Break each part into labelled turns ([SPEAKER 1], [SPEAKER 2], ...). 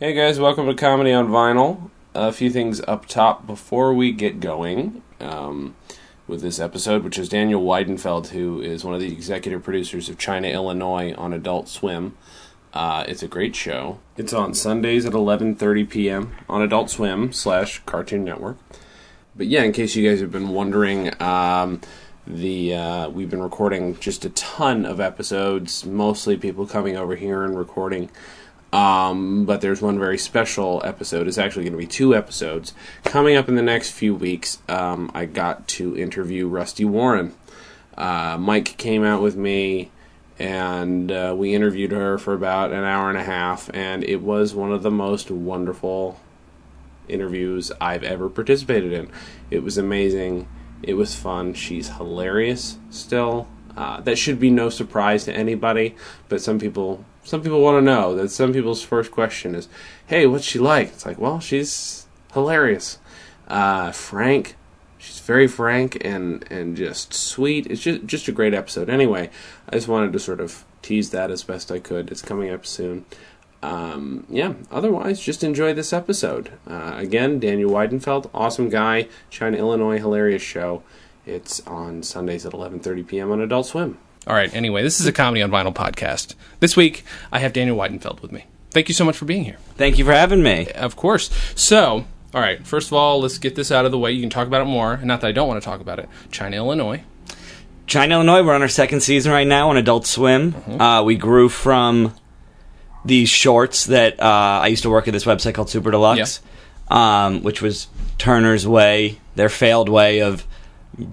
[SPEAKER 1] Hey guys, welcome to Comedy on Vinyl. A few things up top before we get going um, with this episode, which is Daniel Weidenfeld, who is one of the executive producers of China, Illinois on Adult Swim. Uh, it's a great show. It's on Sundays at 11:30 p.m. on Adult Swim slash Cartoon Network. But yeah, in case you guys have been wondering, um, the uh, we've been recording just a ton of episodes, mostly people coming over here and recording. Um, but there's one very special episode. It's actually going to be two episodes coming up in the next few weeks. Um, I got to interview Rusty Warren. Uh, Mike came out with me, and uh, we interviewed her for about an hour and a half, and it was one of the most wonderful interviews I've ever participated in. It was amazing. It was fun. She's hilarious still. Uh, that should be no surprise to anybody, but some people some people want to know that some people's first question is, "Hey, what's she like?" It's like, well, she's hilarious, uh, frank. She's very frank and and just sweet. It's just just a great episode. Anyway, I just wanted to sort of tease that as best I could. It's coming up soon um, yeah, otherwise, just enjoy this episode. Uh, again, Daniel Weidenfeld, awesome guy, China, Illinois, hilarious show. It's on Sundays at 11.30 p.m. on Adult Swim.
[SPEAKER 2] All right. Anyway, this is a comedy on vinyl podcast. This week, I have Daniel Weidenfeld with me. Thank you so much for being here.
[SPEAKER 3] Thank you for having me.
[SPEAKER 2] Of course. So, all right. First of all, let's get this out of the way. You can talk about it more. Not that I don't want to talk about it. China, Illinois.
[SPEAKER 3] China, Illinois, we're on our second season right now on Adult Swim.
[SPEAKER 2] Mm-hmm.
[SPEAKER 3] Uh, we grew from these shorts that uh, I used to work at this website called Super Deluxe, um, which was Turner's way, their failed way of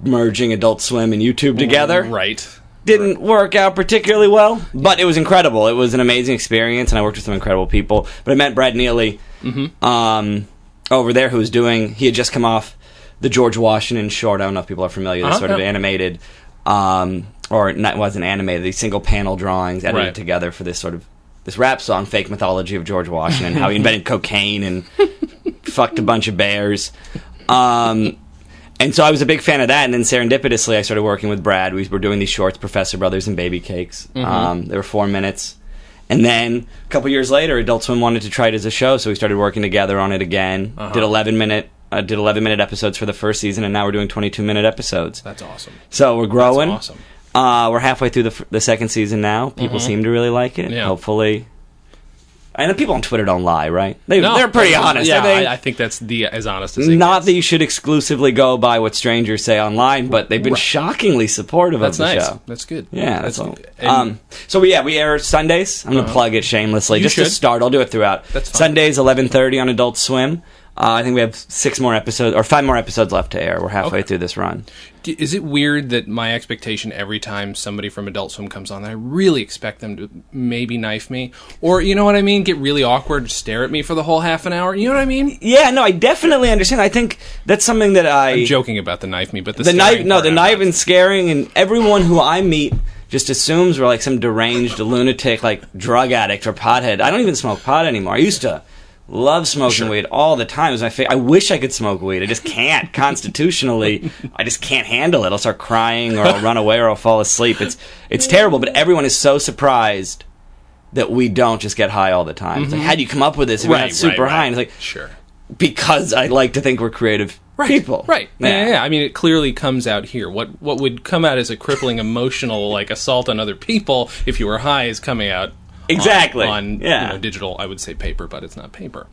[SPEAKER 3] merging Adult Swim and YouTube together.
[SPEAKER 2] Mm, Right.
[SPEAKER 3] didn't work out particularly well, but it was incredible. It was an amazing experience, and I worked with some incredible people. But I met Brad Neely
[SPEAKER 2] Mm-hmm.
[SPEAKER 3] um, over there, who was doing. He had just come off the George Washington short. I don't know if people are familiar. This
[SPEAKER 2] Uh-huh,
[SPEAKER 3] sort of
[SPEAKER 2] yeah.
[SPEAKER 3] animated, um, or not it wasn't animated. These single panel drawings edited
[SPEAKER 2] Right.
[SPEAKER 3] together for this sort of this rap song, fake mythology of George Washington, how he invented cocaine and fucked a bunch of bears. Um, and so I was a big fan of that. And then serendipitously, I started working with Brad. We were doing these shorts, Professor Brothers and Baby Cakes. Um, they were four minutes. And then a couple years later, Adult Swim wanted to try it as a show, so we started working together on it again. Did eleven minute. Uh, did 11 minute episodes for the first season, and now we're doing 22 minute episodes.
[SPEAKER 2] That's awesome.
[SPEAKER 3] So we're growing.
[SPEAKER 2] awesome. Mm-hmm.
[SPEAKER 3] Uh, we're halfway through the, f- the second season now. People seem to really like it.
[SPEAKER 2] Yeah.
[SPEAKER 3] Hopefully. I know people on Twitter don't lie, right? They,
[SPEAKER 2] No,
[SPEAKER 3] they're pretty honest.
[SPEAKER 2] Yeah,
[SPEAKER 3] They-
[SPEAKER 2] I, I think that's the as honest as it
[SPEAKER 3] not
[SPEAKER 2] gets.
[SPEAKER 3] that you should exclusively go by what strangers say online, but they've been shockingly supportive
[SPEAKER 2] That's
[SPEAKER 3] of the
[SPEAKER 2] nice.
[SPEAKER 3] show.
[SPEAKER 2] That's good.
[SPEAKER 3] Yeah, that's, all.
[SPEAKER 2] and- Uh-huh.
[SPEAKER 3] Um, so we- yeah, we air Sundays. I'm gonna plug it shamelessly
[SPEAKER 2] You
[SPEAKER 3] just to
[SPEAKER 2] should.
[SPEAKER 3] start. I'll do it throughout.
[SPEAKER 2] That's fine.
[SPEAKER 3] Sundays, 11:30 on Adult Swim. Uh, I think we have six more episodes or five more episodes left to air. We're halfway
[SPEAKER 2] Okay.
[SPEAKER 3] through this run.
[SPEAKER 2] D- Is it weird that my expectation every time somebody from Adult Swim comes on, I really expect them to maybe knife me, or you know what I mean, get really awkward, stare at me for the whole half an hour? You know what I mean?
[SPEAKER 3] Yeah, no, I definitely understand. I think that's something that I
[SPEAKER 2] Joking about the knife me, but the,
[SPEAKER 3] the
[SPEAKER 2] staring
[SPEAKER 3] knife. No,
[SPEAKER 2] part
[SPEAKER 3] the
[SPEAKER 2] I'm
[SPEAKER 3] knife
[SPEAKER 2] not-
[SPEAKER 3] and scaring, and everyone who I meet just assumes we're like some deranged lunatic, like drug addict or pothead. I don't even smoke pot anymore. I used to love smoking weed all the time. It was my favorite. I wish I could smoke weed. I just can't constitutionally. I just can't handle it. I'll start crying, or I'll run away, or I'll fall asleep. It's it's terrible. But everyone is so surprised. That we don't just get high all the time. It's like, how do you come up with this? If
[SPEAKER 2] Mm-hmm. right,
[SPEAKER 3] you're not super
[SPEAKER 2] right,
[SPEAKER 3] high.
[SPEAKER 2] right.
[SPEAKER 3] And it's
[SPEAKER 2] sure.
[SPEAKER 3] like because I like to think we're creative people.
[SPEAKER 2] Right. Yeah. yeah, I mean, it clearly comes out here. What what would come out as a crippling emotional like assault on other people if you were high is coming out
[SPEAKER 3] Exactly.
[SPEAKER 2] on, on, you
[SPEAKER 3] Yeah.
[SPEAKER 2] know, digital. I would say paper, but it's not paper.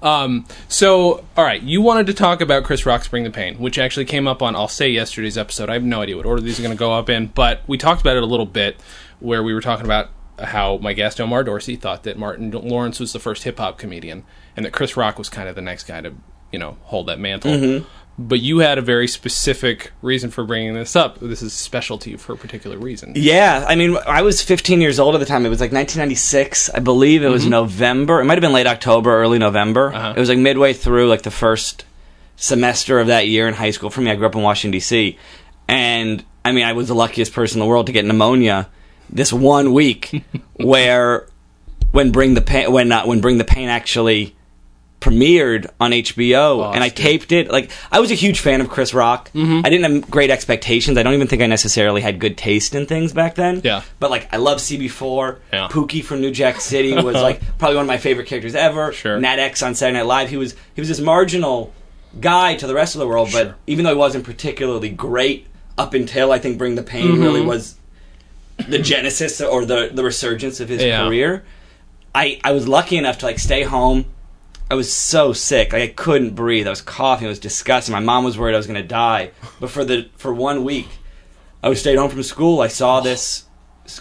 [SPEAKER 2] Um, so, all right, you wanted to talk about Chris Rock's "Bring the Pain," which actually came up on I'll say yesterday's episode. I have no idea what order these are going to go up in, but we talked about it a little bit where we were talking about how my guest Omar Dorsey thought that Martin Lawrence was the first hip hop comedian, and that Chris Rock was kind of the next guy to you know hold that mantle.
[SPEAKER 3] Mm-hmm.
[SPEAKER 2] But you had a very specific reason for bringing this up. This is special to you for a particular reason.
[SPEAKER 3] Yeah, I mean, I was 15 years old at the time. It was like 1996, I believe. It was
[SPEAKER 2] Mm-hmm.
[SPEAKER 3] November. It might have been late October, early November.
[SPEAKER 2] Uh-huh.
[SPEAKER 3] It was like midway through like the first semester of that year in high school. For me, I grew up in Washington D.C., and I mean, I was the luckiest person in the world to get pneumonia this one week, where when bring the pain when uh, when bring the pain actually premiered on HBO,
[SPEAKER 1] Oh,
[SPEAKER 3] and I
[SPEAKER 1] it's good.
[SPEAKER 3] taped it. Like I was a huge fan of Chris Rock.
[SPEAKER 1] Mm-hmm.
[SPEAKER 3] I didn't have great expectations. I don't even think I necessarily had good taste in things back then.
[SPEAKER 1] Yeah.
[SPEAKER 3] But like I love CB4.
[SPEAKER 1] Yeah.
[SPEAKER 3] Pookie from New Jack City was like probably one of my favorite characters ever.
[SPEAKER 1] Sure.
[SPEAKER 3] Nat X on Saturday Night Live. He was he was this marginal guy to the rest of the world,
[SPEAKER 1] Sure.
[SPEAKER 3] but even though he wasn't particularly great up until I think Bring the Pain
[SPEAKER 1] Mm-hmm.
[SPEAKER 3] really was the genesis or the the resurgence of his
[SPEAKER 1] Yeah.
[SPEAKER 3] career. I I was lucky enough to like stay home. I was so sick, like I couldn't breathe. I was coughing. It was disgusting. My mom was worried I was going to die. But for the for one week, I was stayed home from school. I saw this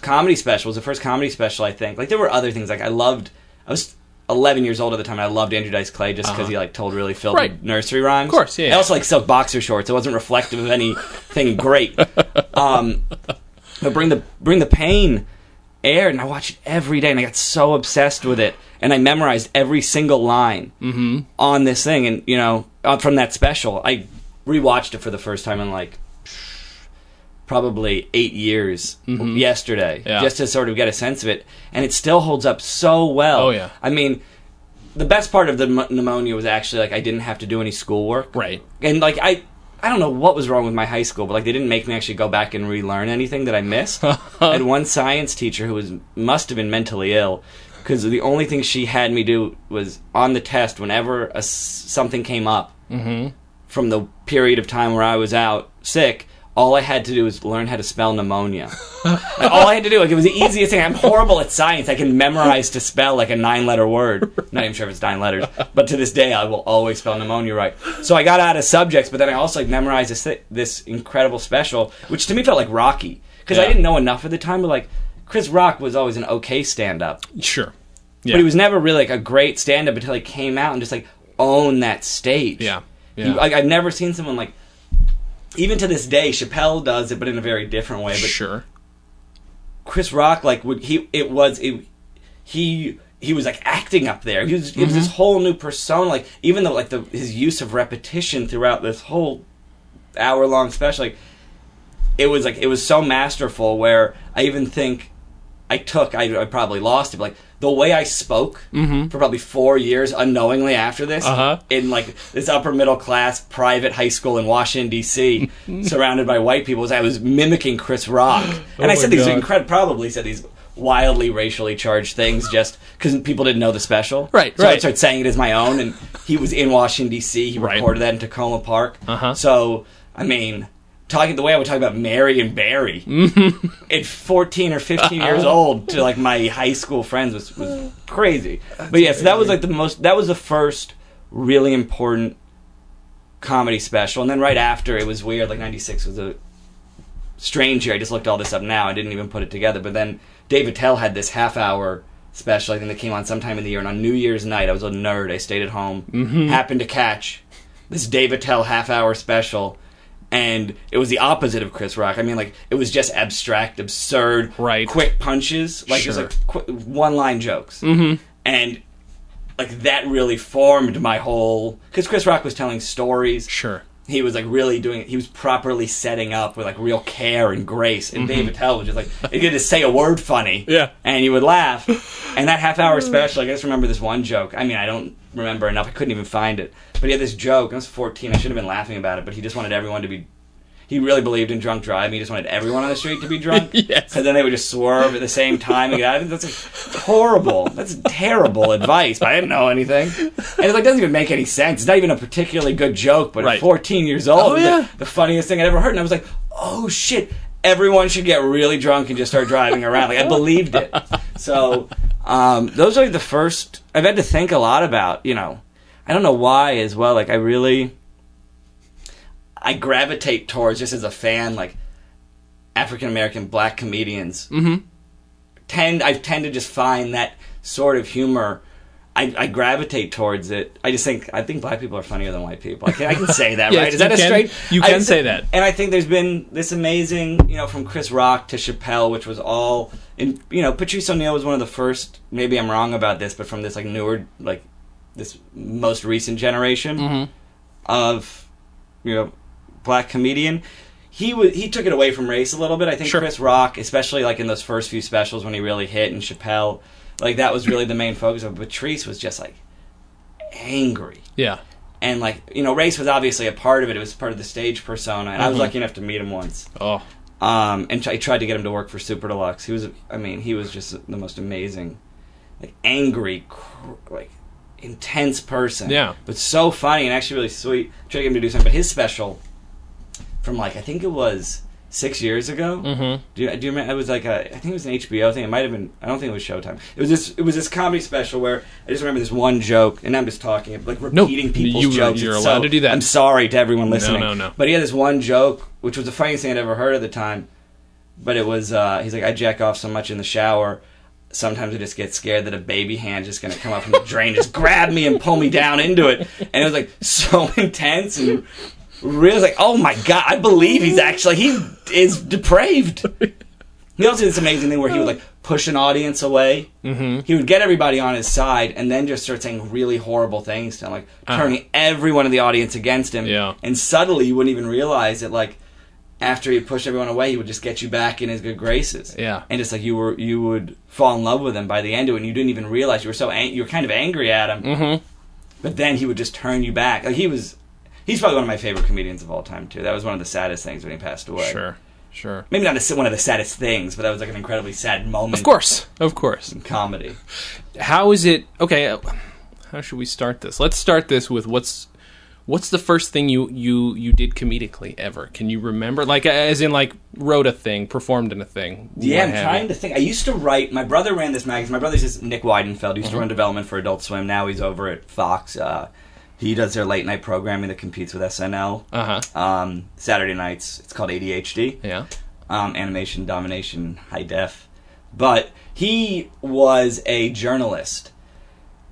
[SPEAKER 3] comedy special. It was the first comedy special I think. Like there were other things. Like I loved. I was 11 years old at the time. and I loved Andrew Dice Clay just because he like told really filthy
[SPEAKER 1] Uh-huh. Right.
[SPEAKER 3] nursery rhymes. Of
[SPEAKER 1] course, yeah,
[SPEAKER 3] I
[SPEAKER 1] yeah.
[SPEAKER 3] also like silk boxer shorts. It wasn't reflective of anything great. Um, but bring the bring the pain aired, and I watched it every day, and I got so obsessed with it, and I memorized every single line
[SPEAKER 1] Mm-hmm.
[SPEAKER 3] on this thing, and you know uh, from that special, I rewatched it for the first time in like probably eight years yesterday,
[SPEAKER 1] Mm-hmm. Yeah.
[SPEAKER 3] just to sort of get a sense of it, and it still holds up so well.
[SPEAKER 1] Oh, yeah.
[SPEAKER 3] I mean. The best part of the m- pneumonia was actually like I didn't have to do any schoolwork
[SPEAKER 1] Right.
[SPEAKER 3] and like I I don't know what was wrong with my high school, but like they didn't make me actually go back and relearn anything that I missed. I had one science teacher who was must have been mentally ill because the only thing she had me do was on the test whenever a s something came up from the period of time where I was out sick. All I had to do was learn how to spell pneumonia. Like, all I had to do, like, it was the easiest thing. I'm horrible at science. I can memorize to spell like a nine letter word. Not even sure if it's nine letters, but to this day, I will always spell pneumonia right. So I got out of subjects, but then I also like memorized this thi- this incredible special, which to me felt like Rocky because I
[SPEAKER 1] Yeah.
[SPEAKER 3] didn't know enough at the time. But like, Chris Rock was always an okay stand up,
[SPEAKER 1] Sure. Yeah.
[SPEAKER 3] but he was never really like a great stand up until he came out and just like owned that stage.
[SPEAKER 1] Yeah.
[SPEAKER 3] He-
[SPEAKER 1] Yeah.
[SPEAKER 3] like, I've never seen someone like. Even to this day, Chappelle does it, but in a very different way. But
[SPEAKER 1] sure.
[SPEAKER 3] Chris Rock like would he it was it he he was like acting up there. He was it was this
[SPEAKER 1] Mm-hmm.
[SPEAKER 3] whole new persona. Like even though like the his use of repetition throughout this whole hour long special, like it was like it was so masterful. Where I even think I took I, I probably lost it. But like the way I spoke for probably four years unknowingly after this
[SPEAKER 1] Mm-hmm. Uh-huh.
[SPEAKER 3] in like this upper middle class private high school in Washington D.C. surrounded by white people, was I was mimicking Chris Rock, and I
[SPEAKER 1] Oh my
[SPEAKER 3] said these
[SPEAKER 1] God.
[SPEAKER 3] incredible probably said these wildly racially charged things just because people didn't know the special.
[SPEAKER 1] Right,
[SPEAKER 3] So I
[SPEAKER 1] right.
[SPEAKER 3] started saying it as my own, and he was in Washington D.C. He
[SPEAKER 1] Right.
[SPEAKER 3] recorded that in Tacoma Park.
[SPEAKER 1] Uh-huh.
[SPEAKER 3] So I mean, talking the way I would talk about Mary and Barry at 14 or 15 years
[SPEAKER 1] Uh-huh.
[SPEAKER 3] old to like my high school friends was, was crazy. but yeah, so that was like the most. That was the first really important comedy special, and then right after it was weird. Like '96 was a strange year. I just looked all this up now. I didn't even put it together. But then Dave Attell had this half hour special. I think that came on sometime in the year. And on New Year's night, I was a nerd. I stayed at home.
[SPEAKER 1] Mm-hmm.
[SPEAKER 3] Happened to catch this Dave Attell half hour special. And it was the opposite of Chris Rock. I mean, like it was just abstract, absurd,
[SPEAKER 1] Right.
[SPEAKER 3] quick punches, like
[SPEAKER 1] Sure.
[SPEAKER 3] just like qu- one-line jokes. Mm-hmm. And like that really formed my whole because Chris Rock was telling stories.
[SPEAKER 1] Sure.
[SPEAKER 3] He was like really doing. He was properly setting up with like real care and grace. And Dave Attell was just like, he could just say a word funny,
[SPEAKER 1] Yeah.
[SPEAKER 3] and you would laugh. And that half hour special, I just remember this one joke. I mean, I don't remember enough. I couldn't even find it. But he had this joke. I was fourteen. I should have been laughing about it, but he just wanted everyone to be. He really believed in drunk driving. He just wanted everyone on the street to be drunk.
[SPEAKER 1] Yes.
[SPEAKER 3] Because then they would just swerve at the same time and get out of it. That's like, horrible. That's terrible advice. But I didn't know anything. And it like, doesn't even make any sense. It's not even a particularly good joke, but
[SPEAKER 1] Right.
[SPEAKER 3] at 14 years old, it was,
[SPEAKER 1] yeah.
[SPEAKER 3] like, the funniest thing I'd ever heard. And I was like, oh shit, everyone should get really drunk and just start driving around. Like, I believed it. So, um, those are like, the first, I've had to think a lot about, you know, I don't know why as well. Like, I really. I gravitate towards just as a fan, like African American black comedians. Mm-hmm. Tend I tend to just find that sort of humor. I, I gravitate towards it. I just think I think black people are funnier than white people. I can, I can say that,
[SPEAKER 1] Yes,
[SPEAKER 3] right? Is that
[SPEAKER 1] you
[SPEAKER 3] a
[SPEAKER 1] can-
[SPEAKER 3] straight?
[SPEAKER 1] you
[SPEAKER 3] I
[SPEAKER 1] can
[SPEAKER 3] just-
[SPEAKER 1] say that.
[SPEAKER 3] And I think there's been this amazing, you know, from Chris Rock to Chappelle, which was all in. You know, Patrice O'Neill was one of the first. Maybe I'm wrong about this, but from this like newer, like this most recent generation
[SPEAKER 1] Mm-hmm.
[SPEAKER 3] of you know black comedian. He was he took it away from race a little bit. I think
[SPEAKER 1] Sure.
[SPEAKER 3] Chris Rock, especially like in those first few specials when he really hit, and Chappelle, like that was really the main focus. Of Patrice was just like angry.
[SPEAKER 1] Yeah.
[SPEAKER 3] And like you know, race was obviously a part of it. It was part of the stage persona, and I was lucky enough to meet him once.
[SPEAKER 1] Oh.
[SPEAKER 3] Um, and tr- I tried to get him to work for Super Deluxe. He was, I mean, he was just the most amazing, like angry, cr- like intense person.
[SPEAKER 1] Yeah.
[SPEAKER 3] But so funny and actually really sweet. Tried to get him to do something, but his special from like I think it was six years ago.
[SPEAKER 1] Mm-hmm.
[SPEAKER 3] Do you, do you remember? It was like a, I think it was an HBO thing. It might have been. I don't think it was Showtime. It was this. It was this comedy special where I just remember this one joke, and I'm just talking, like repeating people's
[SPEAKER 1] you- uh,
[SPEAKER 3] jokes.
[SPEAKER 1] you're
[SPEAKER 3] It's
[SPEAKER 1] allowed
[SPEAKER 3] so-
[SPEAKER 1] to do that.
[SPEAKER 3] I'm sorry to everyone listening.
[SPEAKER 1] no, no.
[SPEAKER 3] But he had this one joke, which was the funniest thing I'd ever heard at the time. But it was. Uh, he's like, I jack off so much in the shower. Sometimes I just get scared that a baby hand just gonna come up from the drain, just grab me and pull me down into it. And it was like so intense and really like, oh my god, I believe he's actually he is depraved. He also did this amazing thing where he would like push an audience away. Mm-hmm. He would get everybody on his side and then just start saying really horrible things to him, like turning everyone in the audience against him.
[SPEAKER 1] Yeah.
[SPEAKER 3] And subtly, you wouldn't even realize it. Like after he pushed everyone away, he would just get you back in his good graces.
[SPEAKER 1] Yeah.
[SPEAKER 3] And just like you were, you would fall in love with him by the end of it, and you didn't even realize you were so ang- you were kind of angry at him. Mm-hmm. But then he would just turn you back. Like he was. He's probably one of my favorite comedians of all time too. That was one of the saddest things when he passed away
[SPEAKER 1] Sure. Sure.
[SPEAKER 3] maybe not a, one of the saddest things, but that was like an incredibly sad moment.
[SPEAKER 1] Of course. Of course.
[SPEAKER 3] in comedy.
[SPEAKER 1] how is it okay uh, how should we start this let's start this with what's what's the first thing you you you did comedically ever can you remember like as in like wrote a thing performed in a thing
[SPEAKER 3] Yeah, I'm trying to think. I used to write. My brother ran this magazine. My brother's just Nick Weidenfeld. He
[SPEAKER 1] Mm-hmm.
[SPEAKER 3] used to run development for Adult Swim. Now he's over at Fox. Uh, he does their late night programming that competes with SNL.
[SPEAKER 1] uh-huh
[SPEAKER 3] Um, Saturday nights. It's called ADHD.
[SPEAKER 1] yeah
[SPEAKER 3] um, animation domination high def but he was a journalist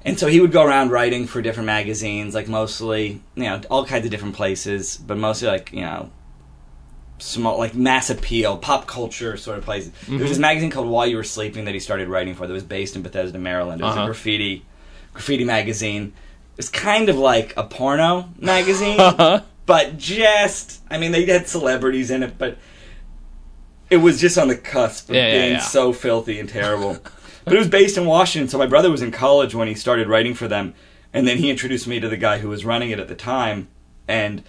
[SPEAKER 3] and so he would go around writing for different magazines like mostly you know all kinds of different places but mostly like you know small like mass appeal pop culture sort of places there was this magazine called while you were sleeping that he started writing for that was based in bethesda maryland it was
[SPEAKER 1] Uh-huh.
[SPEAKER 3] a graffiti graffiti magazine it's kind of like a porno magazine
[SPEAKER 1] Uh-huh.
[SPEAKER 3] but just I mean they had celebrities in it, but it was just on the cusp of
[SPEAKER 1] Yeah, yeah,
[SPEAKER 3] being
[SPEAKER 1] yeah.
[SPEAKER 3] so filthy and terrible. but it was based in Washington, so my brother was in college when he started writing for them, and then he introduced me to the guy who was running it at the time, and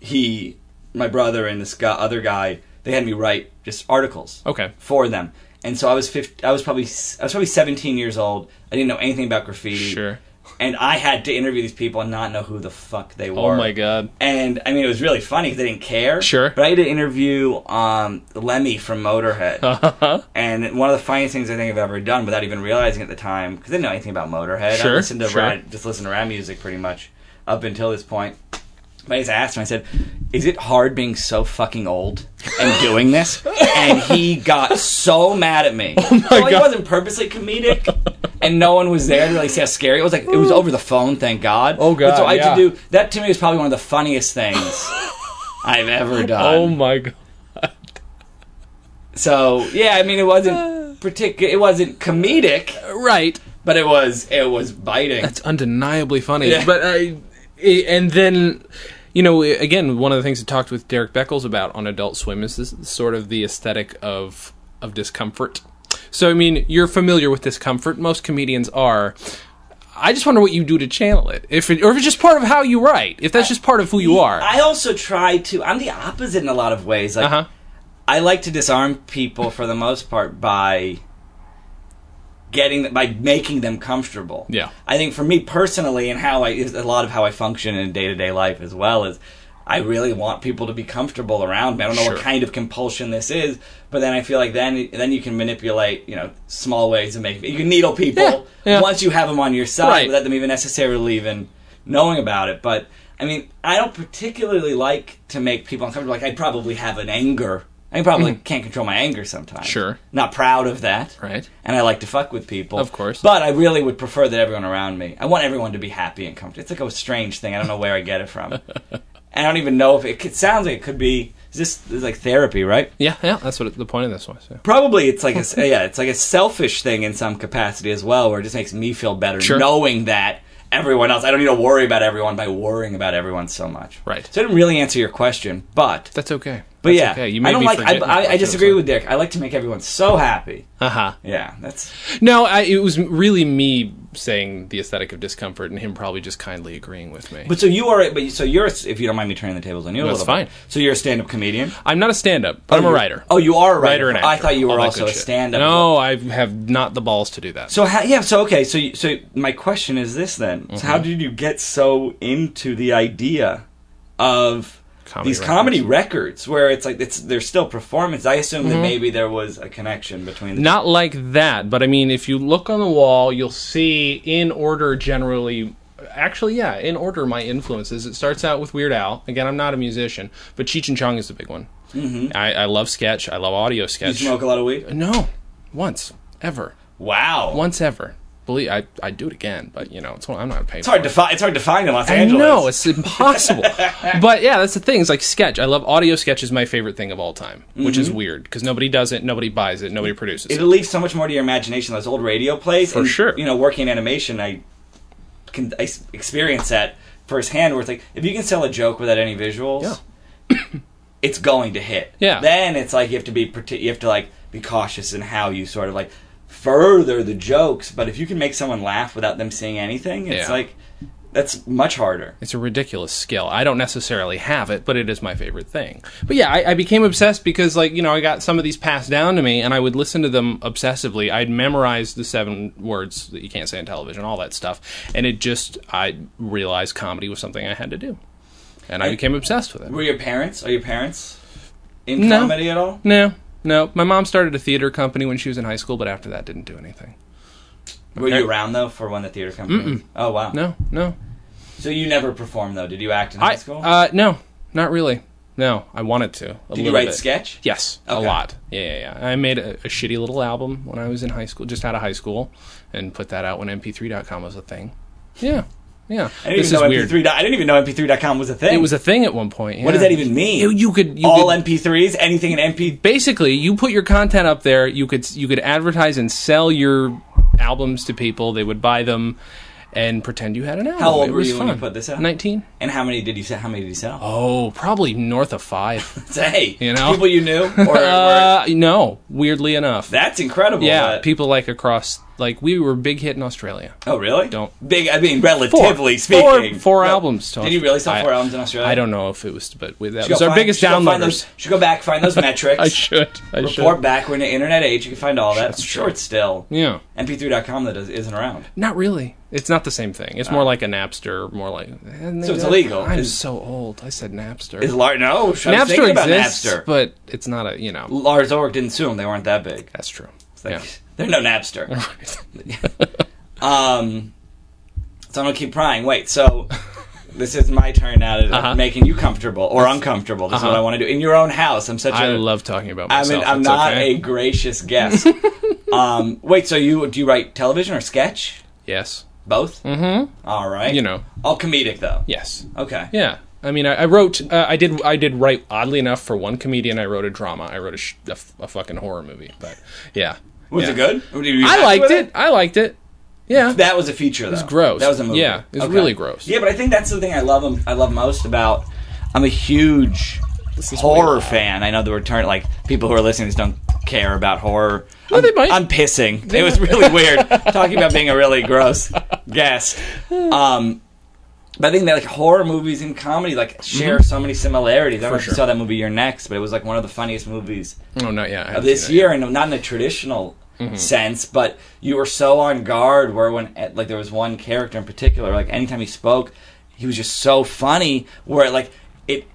[SPEAKER 3] he, my brother and this guy, other guy, they had me write just articles
[SPEAKER 1] okay
[SPEAKER 3] for them. And so I was 15, I was probably s- I was probably 17 years old. I didn't know anything about graffiti.
[SPEAKER 1] sure
[SPEAKER 3] And I had to interview these people and not know who the fuck they were.
[SPEAKER 1] oh my god
[SPEAKER 3] And I mean, it was really funny because they didn't care.
[SPEAKER 1] Sure.
[SPEAKER 3] But I did an interview um, Lemmy from
[SPEAKER 1] Uh-huh.
[SPEAKER 3] Motorhead. and one of the funniest things I think I've ever done without even realizing at the time, because I didn't know anything about Motorhead.
[SPEAKER 1] Sure,
[SPEAKER 3] I listened to
[SPEAKER 1] sure.
[SPEAKER 3] rad, just listened to rap music pretty much up until this point. But I just asked him, I said, Is it hard being so fucking old and doing this? and he got so mad at me. Oh my
[SPEAKER 1] God.
[SPEAKER 3] It wasn't purposely comedic. And no one was there to really see how scary it was. Like it was over the phone, thank God.
[SPEAKER 1] Oh, God,
[SPEAKER 3] But so I had
[SPEAKER 1] yeah.
[SPEAKER 3] to do that to me was probably one of the funniest things I've ever done.
[SPEAKER 1] oh my god
[SPEAKER 3] so yeah, I mean, it wasn't particular. It wasn't comedic,
[SPEAKER 1] right
[SPEAKER 3] but it was it was biting.
[SPEAKER 1] It's undeniably funny.
[SPEAKER 3] Yeah.
[SPEAKER 1] But I, i- and then, you know, again, one of the things I talked with Derek Beckles about on Adult Swim is this sort of the aesthetic of of discomfort. So I mean, you're familiar with discomfort. Most comedians are. I just wonder what you do to channel it, if it, or if it's just part of how you write, if that's just part of who you are.
[SPEAKER 3] I also try to. I'm the opposite in a lot of ways. Like
[SPEAKER 1] Uh huh.
[SPEAKER 3] I like to disarm people for the most part by getting them, by making them comfortable.
[SPEAKER 1] Yeah.
[SPEAKER 3] I think for me personally, and how I is a lot of how I function in day to day life as well is I really want people to be comfortable around me. I don't know
[SPEAKER 1] Sure.
[SPEAKER 3] what kind of compulsion this is, but then I feel like then then you can manipulate you know small ways of making you can needle people
[SPEAKER 1] Yeah, yeah.
[SPEAKER 3] once you have them on your side
[SPEAKER 1] Right.
[SPEAKER 3] without them even necessarily even knowing about it. But I mean, I don't particularly like to make people uncomfortable. Like I probably have an anger. I probably can't control my anger sometimes.
[SPEAKER 1] Mm-hmm. Sure.
[SPEAKER 3] Not proud of that.
[SPEAKER 1] Right.
[SPEAKER 3] And I like to fuck with people.
[SPEAKER 1] Of course.
[SPEAKER 3] But I really would prefer that everyone around me. I want everyone to be happy and comfortable. It's like a strange thing. I don't know where I get it from. and I don't even know if it, it sounds like it could be. Is this, this is like therapy, right?
[SPEAKER 1] Yeah, yeah. That's what the point of this was. yeah.
[SPEAKER 3] Probably it's like a yeah, it's like a selfish thing in some capacity as well, where it just makes me feel better
[SPEAKER 1] Sure.
[SPEAKER 3] knowing that everyone else. I don't need to worry about everyone by worrying about everyone so much.
[SPEAKER 1] Right.
[SPEAKER 3] So I didn't really answer your question, but
[SPEAKER 1] That's okay.
[SPEAKER 3] But
[SPEAKER 1] That's
[SPEAKER 3] yeah,
[SPEAKER 1] okay. You made
[SPEAKER 3] I don't
[SPEAKER 1] me
[SPEAKER 3] like. I,
[SPEAKER 1] forget
[SPEAKER 3] I,
[SPEAKER 1] that
[SPEAKER 3] I
[SPEAKER 1] that's
[SPEAKER 3] disagree
[SPEAKER 1] what
[SPEAKER 3] with Dick. I like to make everyone so happy.
[SPEAKER 1] Uh huh.
[SPEAKER 3] Yeah, that's
[SPEAKER 1] No, I, it was really me saying the aesthetic of discomfort, and him probably just kindly agreeing with me.
[SPEAKER 3] But so you are, but you- so you're, if you don't mind me turning the tables on you a
[SPEAKER 1] That's
[SPEAKER 3] little bit.
[SPEAKER 1] fine.
[SPEAKER 3] So you're a stand-up comedian.
[SPEAKER 1] I'm not a stand-up, but I'm a
[SPEAKER 3] you-
[SPEAKER 1] writer.
[SPEAKER 3] Oh, you are a writer.
[SPEAKER 1] writer and
[SPEAKER 3] I
[SPEAKER 1] actor,
[SPEAKER 3] thought you
[SPEAKER 1] all
[SPEAKER 3] were
[SPEAKER 1] that
[SPEAKER 3] also
[SPEAKER 1] good
[SPEAKER 3] a
[SPEAKER 1] shit.
[SPEAKER 3] stand-up.
[SPEAKER 1] No, I have not the balls to do that.
[SPEAKER 3] So how, yeah, so okay, so you- so my question is this then: So how did you get so into the idea of
[SPEAKER 1] Comedy
[SPEAKER 3] these
[SPEAKER 1] records.
[SPEAKER 3] comedy records, where it's like it's they're still performance? I assume
[SPEAKER 1] Mm-hmm.
[SPEAKER 3] that maybe there was a connection between the
[SPEAKER 1] not like that, but I mean, if you look on the wall, you'll see in order generally. Actually, yeah, in order, my influences. It starts out with Weird Al. Again, I'm not a musician, but Cheech and Chong is the big one. Mm-hmm. I, I love sketch. I love audio
[SPEAKER 3] You
[SPEAKER 1] sketch.
[SPEAKER 3] smoke a lot of weed.
[SPEAKER 1] No, once ever,
[SPEAKER 3] Wow,
[SPEAKER 1] once ever. Believe I, I do it again, but you know, it's one I'm not paying.
[SPEAKER 3] it's hard to find. It's hard to find in Los
[SPEAKER 1] I
[SPEAKER 3] Angeles.
[SPEAKER 1] know it's impossible. but yeah, that's the thing. It's like sketch. I love audio sketch is my favorite thing of all time, which is weird because nobody does it, nobody buys it, nobody produces it.
[SPEAKER 3] Mm-hmm. it leaves so much more to your imagination. Those old radio plays, for
[SPEAKER 1] sure.
[SPEAKER 3] You know, working in animation, I can I s- experience that firsthand. Where it's like, if you can sell a joke without any visuals, it's going to hit.
[SPEAKER 1] Yeah.
[SPEAKER 3] Then it's like you have to be parti- you have to like be cautious in how you sort of like further the jokes. But if you can make someone laugh without them seeing anything, it's
[SPEAKER 1] Yeah.
[SPEAKER 3] like that's much harder.
[SPEAKER 1] It's a ridiculous skill. I don't necessarily have it, but it is my favorite thing. But yeah, I, I became obsessed because, like, you know, I got some of these passed down to me, and I would listen to them obsessively. I'd memorize the seven words that you can't say on television, all that stuff, and it just I realized comedy was something I had to do, and I became obsessed with it.
[SPEAKER 3] Were your parents? Are your parents in
[SPEAKER 1] No.
[SPEAKER 3] comedy at all?
[SPEAKER 1] No, no, my mom started a theater company when she was in high school, but after that, didn't do anything.
[SPEAKER 3] Were you around though for when the theater company? Oh wow.
[SPEAKER 1] No, no,
[SPEAKER 3] So you never performed though? Did you act in high
[SPEAKER 1] I
[SPEAKER 3] school?
[SPEAKER 1] uh, no, not really. No, I wanted to. a
[SPEAKER 3] Did you
[SPEAKER 1] little
[SPEAKER 3] write
[SPEAKER 1] bit.
[SPEAKER 3] sketch?
[SPEAKER 1] Yes, a
[SPEAKER 3] Okay.
[SPEAKER 1] lot. Yeah, yeah, yeah. I made a, a shitty little album when I was in high school, just out of high school, and put that out when MP3.com was a thing. Yeah, yeah.
[SPEAKER 3] I didn't
[SPEAKER 1] This
[SPEAKER 3] even
[SPEAKER 1] is
[SPEAKER 3] know
[SPEAKER 1] weird.
[SPEAKER 3] MP3. I didn't even know MP3.com was a thing.
[SPEAKER 1] It was a thing at one point.
[SPEAKER 3] What does
[SPEAKER 1] yeah.
[SPEAKER 3] that even mean?
[SPEAKER 1] You, you could you
[SPEAKER 3] all
[SPEAKER 1] could,
[SPEAKER 3] MP3s, anything in MP.
[SPEAKER 1] basically you put your content up there. You could you could advertise and sell your albums to people. They would buy them and pretend you had an album.
[SPEAKER 3] old
[SPEAKER 1] It
[SPEAKER 3] were
[SPEAKER 1] was
[SPEAKER 3] you when you
[SPEAKER 1] fun.
[SPEAKER 3] put this out?
[SPEAKER 1] Nineteen.
[SPEAKER 3] And how many did you sell? How many did you sell?
[SPEAKER 1] Oh, probably north of five.
[SPEAKER 3] Say,
[SPEAKER 1] You know?
[SPEAKER 3] people you knew. Or, or
[SPEAKER 1] uh, no, weirdly enough.
[SPEAKER 3] that's incredible.
[SPEAKER 1] yeah,
[SPEAKER 3] but-
[SPEAKER 1] people like across like we were a big hit in Australia.
[SPEAKER 3] oh, really?
[SPEAKER 1] don't-
[SPEAKER 3] Big. I mean, relatively speaking,
[SPEAKER 1] Four, four
[SPEAKER 3] No.
[SPEAKER 1] albums.
[SPEAKER 3] Did you really sell
[SPEAKER 1] I-
[SPEAKER 3] four albums in Australia?
[SPEAKER 1] I don't know if it was, but we, that
[SPEAKER 3] Should
[SPEAKER 1] was
[SPEAKER 3] go
[SPEAKER 1] our
[SPEAKER 3] find-
[SPEAKER 1] biggest
[SPEAKER 3] should go find
[SPEAKER 1] downloaders.
[SPEAKER 3] those- Should go back find those metrics.
[SPEAKER 1] I should. I
[SPEAKER 3] Report
[SPEAKER 1] should.
[SPEAKER 3] back. We're in the internet age. You can find all that. I'm sure
[SPEAKER 1] true.
[SPEAKER 3] it's still
[SPEAKER 1] Yeah.
[SPEAKER 3] MP3.com that is, isn't around.
[SPEAKER 1] Not really. It's not the same thing. It's more like a Napster. More like.
[SPEAKER 3] Ah.
[SPEAKER 1] eh,
[SPEAKER 3] So it's illegal.
[SPEAKER 1] I'm
[SPEAKER 3] Is-
[SPEAKER 1] so old. I said Napster.
[SPEAKER 3] Is Lars? No, I was
[SPEAKER 1] Napster
[SPEAKER 3] thinking about
[SPEAKER 1] exists,
[SPEAKER 3] Napster.
[SPEAKER 1] but it's not a you know.
[SPEAKER 3] Lars Ulrich didn't sue them. They weren't that big.
[SPEAKER 1] That's true.
[SPEAKER 3] Like,
[SPEAKER 1] Yeah.
[SPEAKER 3] They're no Napster. um, so I'm gonna keep prying. Wait, so this is my turn now to
[SPEAKER 1] Uh-huh.
[SPEAKER 3] making you comfortable or uncomfortable. This is what I want to do in your own house. I'm such
[SPEAKER 1] I
[SPEAKER 3] a
[SPEAKER 1] love talking about
[SPEAKER 3] I mean,
[SPEAKER 1] myself.
[SPEAKER 3] I'm
[SPEAKER 1] It's
[SPEAKER 3] not
[SPEAKER 1] okay.
[SPEAKER 3] a gracious guest. um, wait, so you do you write television or sketch?
[SPEAKER 1] Yes.
[SPEAKER 3] Both. Mm-hmm. All right.
[SPEAKER 1] You know.
[SPEAKER 3] all comedic though.
[SPEAKER 1] Yes.
[SPEAKER 3] Okay.
[SPEAKER 1] Yeah. I mean, I, I wrote. Uh, I did. I did write. Oddly enough, for one comedian, I wrote a drama. I wrote a, sh- a, f- a fucking horror movie. But yeah.
[SPEAKER 3] Was
[SPEAKER 1] Yeah.
[SPEAKER 3] it good? Were you
[SPEAKER 1] I
[SPEAKER 3] happy
[SPEAKER 1] liked
[SPEAKER 3] with
[SPEAKER 1] it. I liked it. Yeah.
[SPEAKER 3] That was a feature. Though. It was
[SPEAKER 1] gross.
[SPEAKER 3] That was a movie.
[SPEAKER 1] Yeah, it was really gross.
[SPEAKER 3] Yeah, but I think that's the thing I love. I love most about. I'm a huge horror fan. I know the return. Like people who are listening to this don't care about horror. I'm,
[SPEAKER 1] Oh, they might.
[SPEAKER 3] I'm pissing. it was really weird talking about being a really gross guest. Um, but I think that like horror movies and comedy like share so many similarities. I don't know if you
[SPEAKER 1] Mm-hmm. sure.
[SPEAKER 3] saw that movie Your Next, but it was like one of the funniest movies
[SPEAKER 1] No, Oh, not yet. I haven't
[SPEAKER 3] Uh, this
[SPEAKER 1] seen it
[SPEAKER 3] year, and not in a traditional
[SPEAKER 1] Mm-hmm.
[SPEAKER 3] sense, but you were so on guard where when eh, like there was one character in particular, like anytime he spoke, he was just so funny where like it.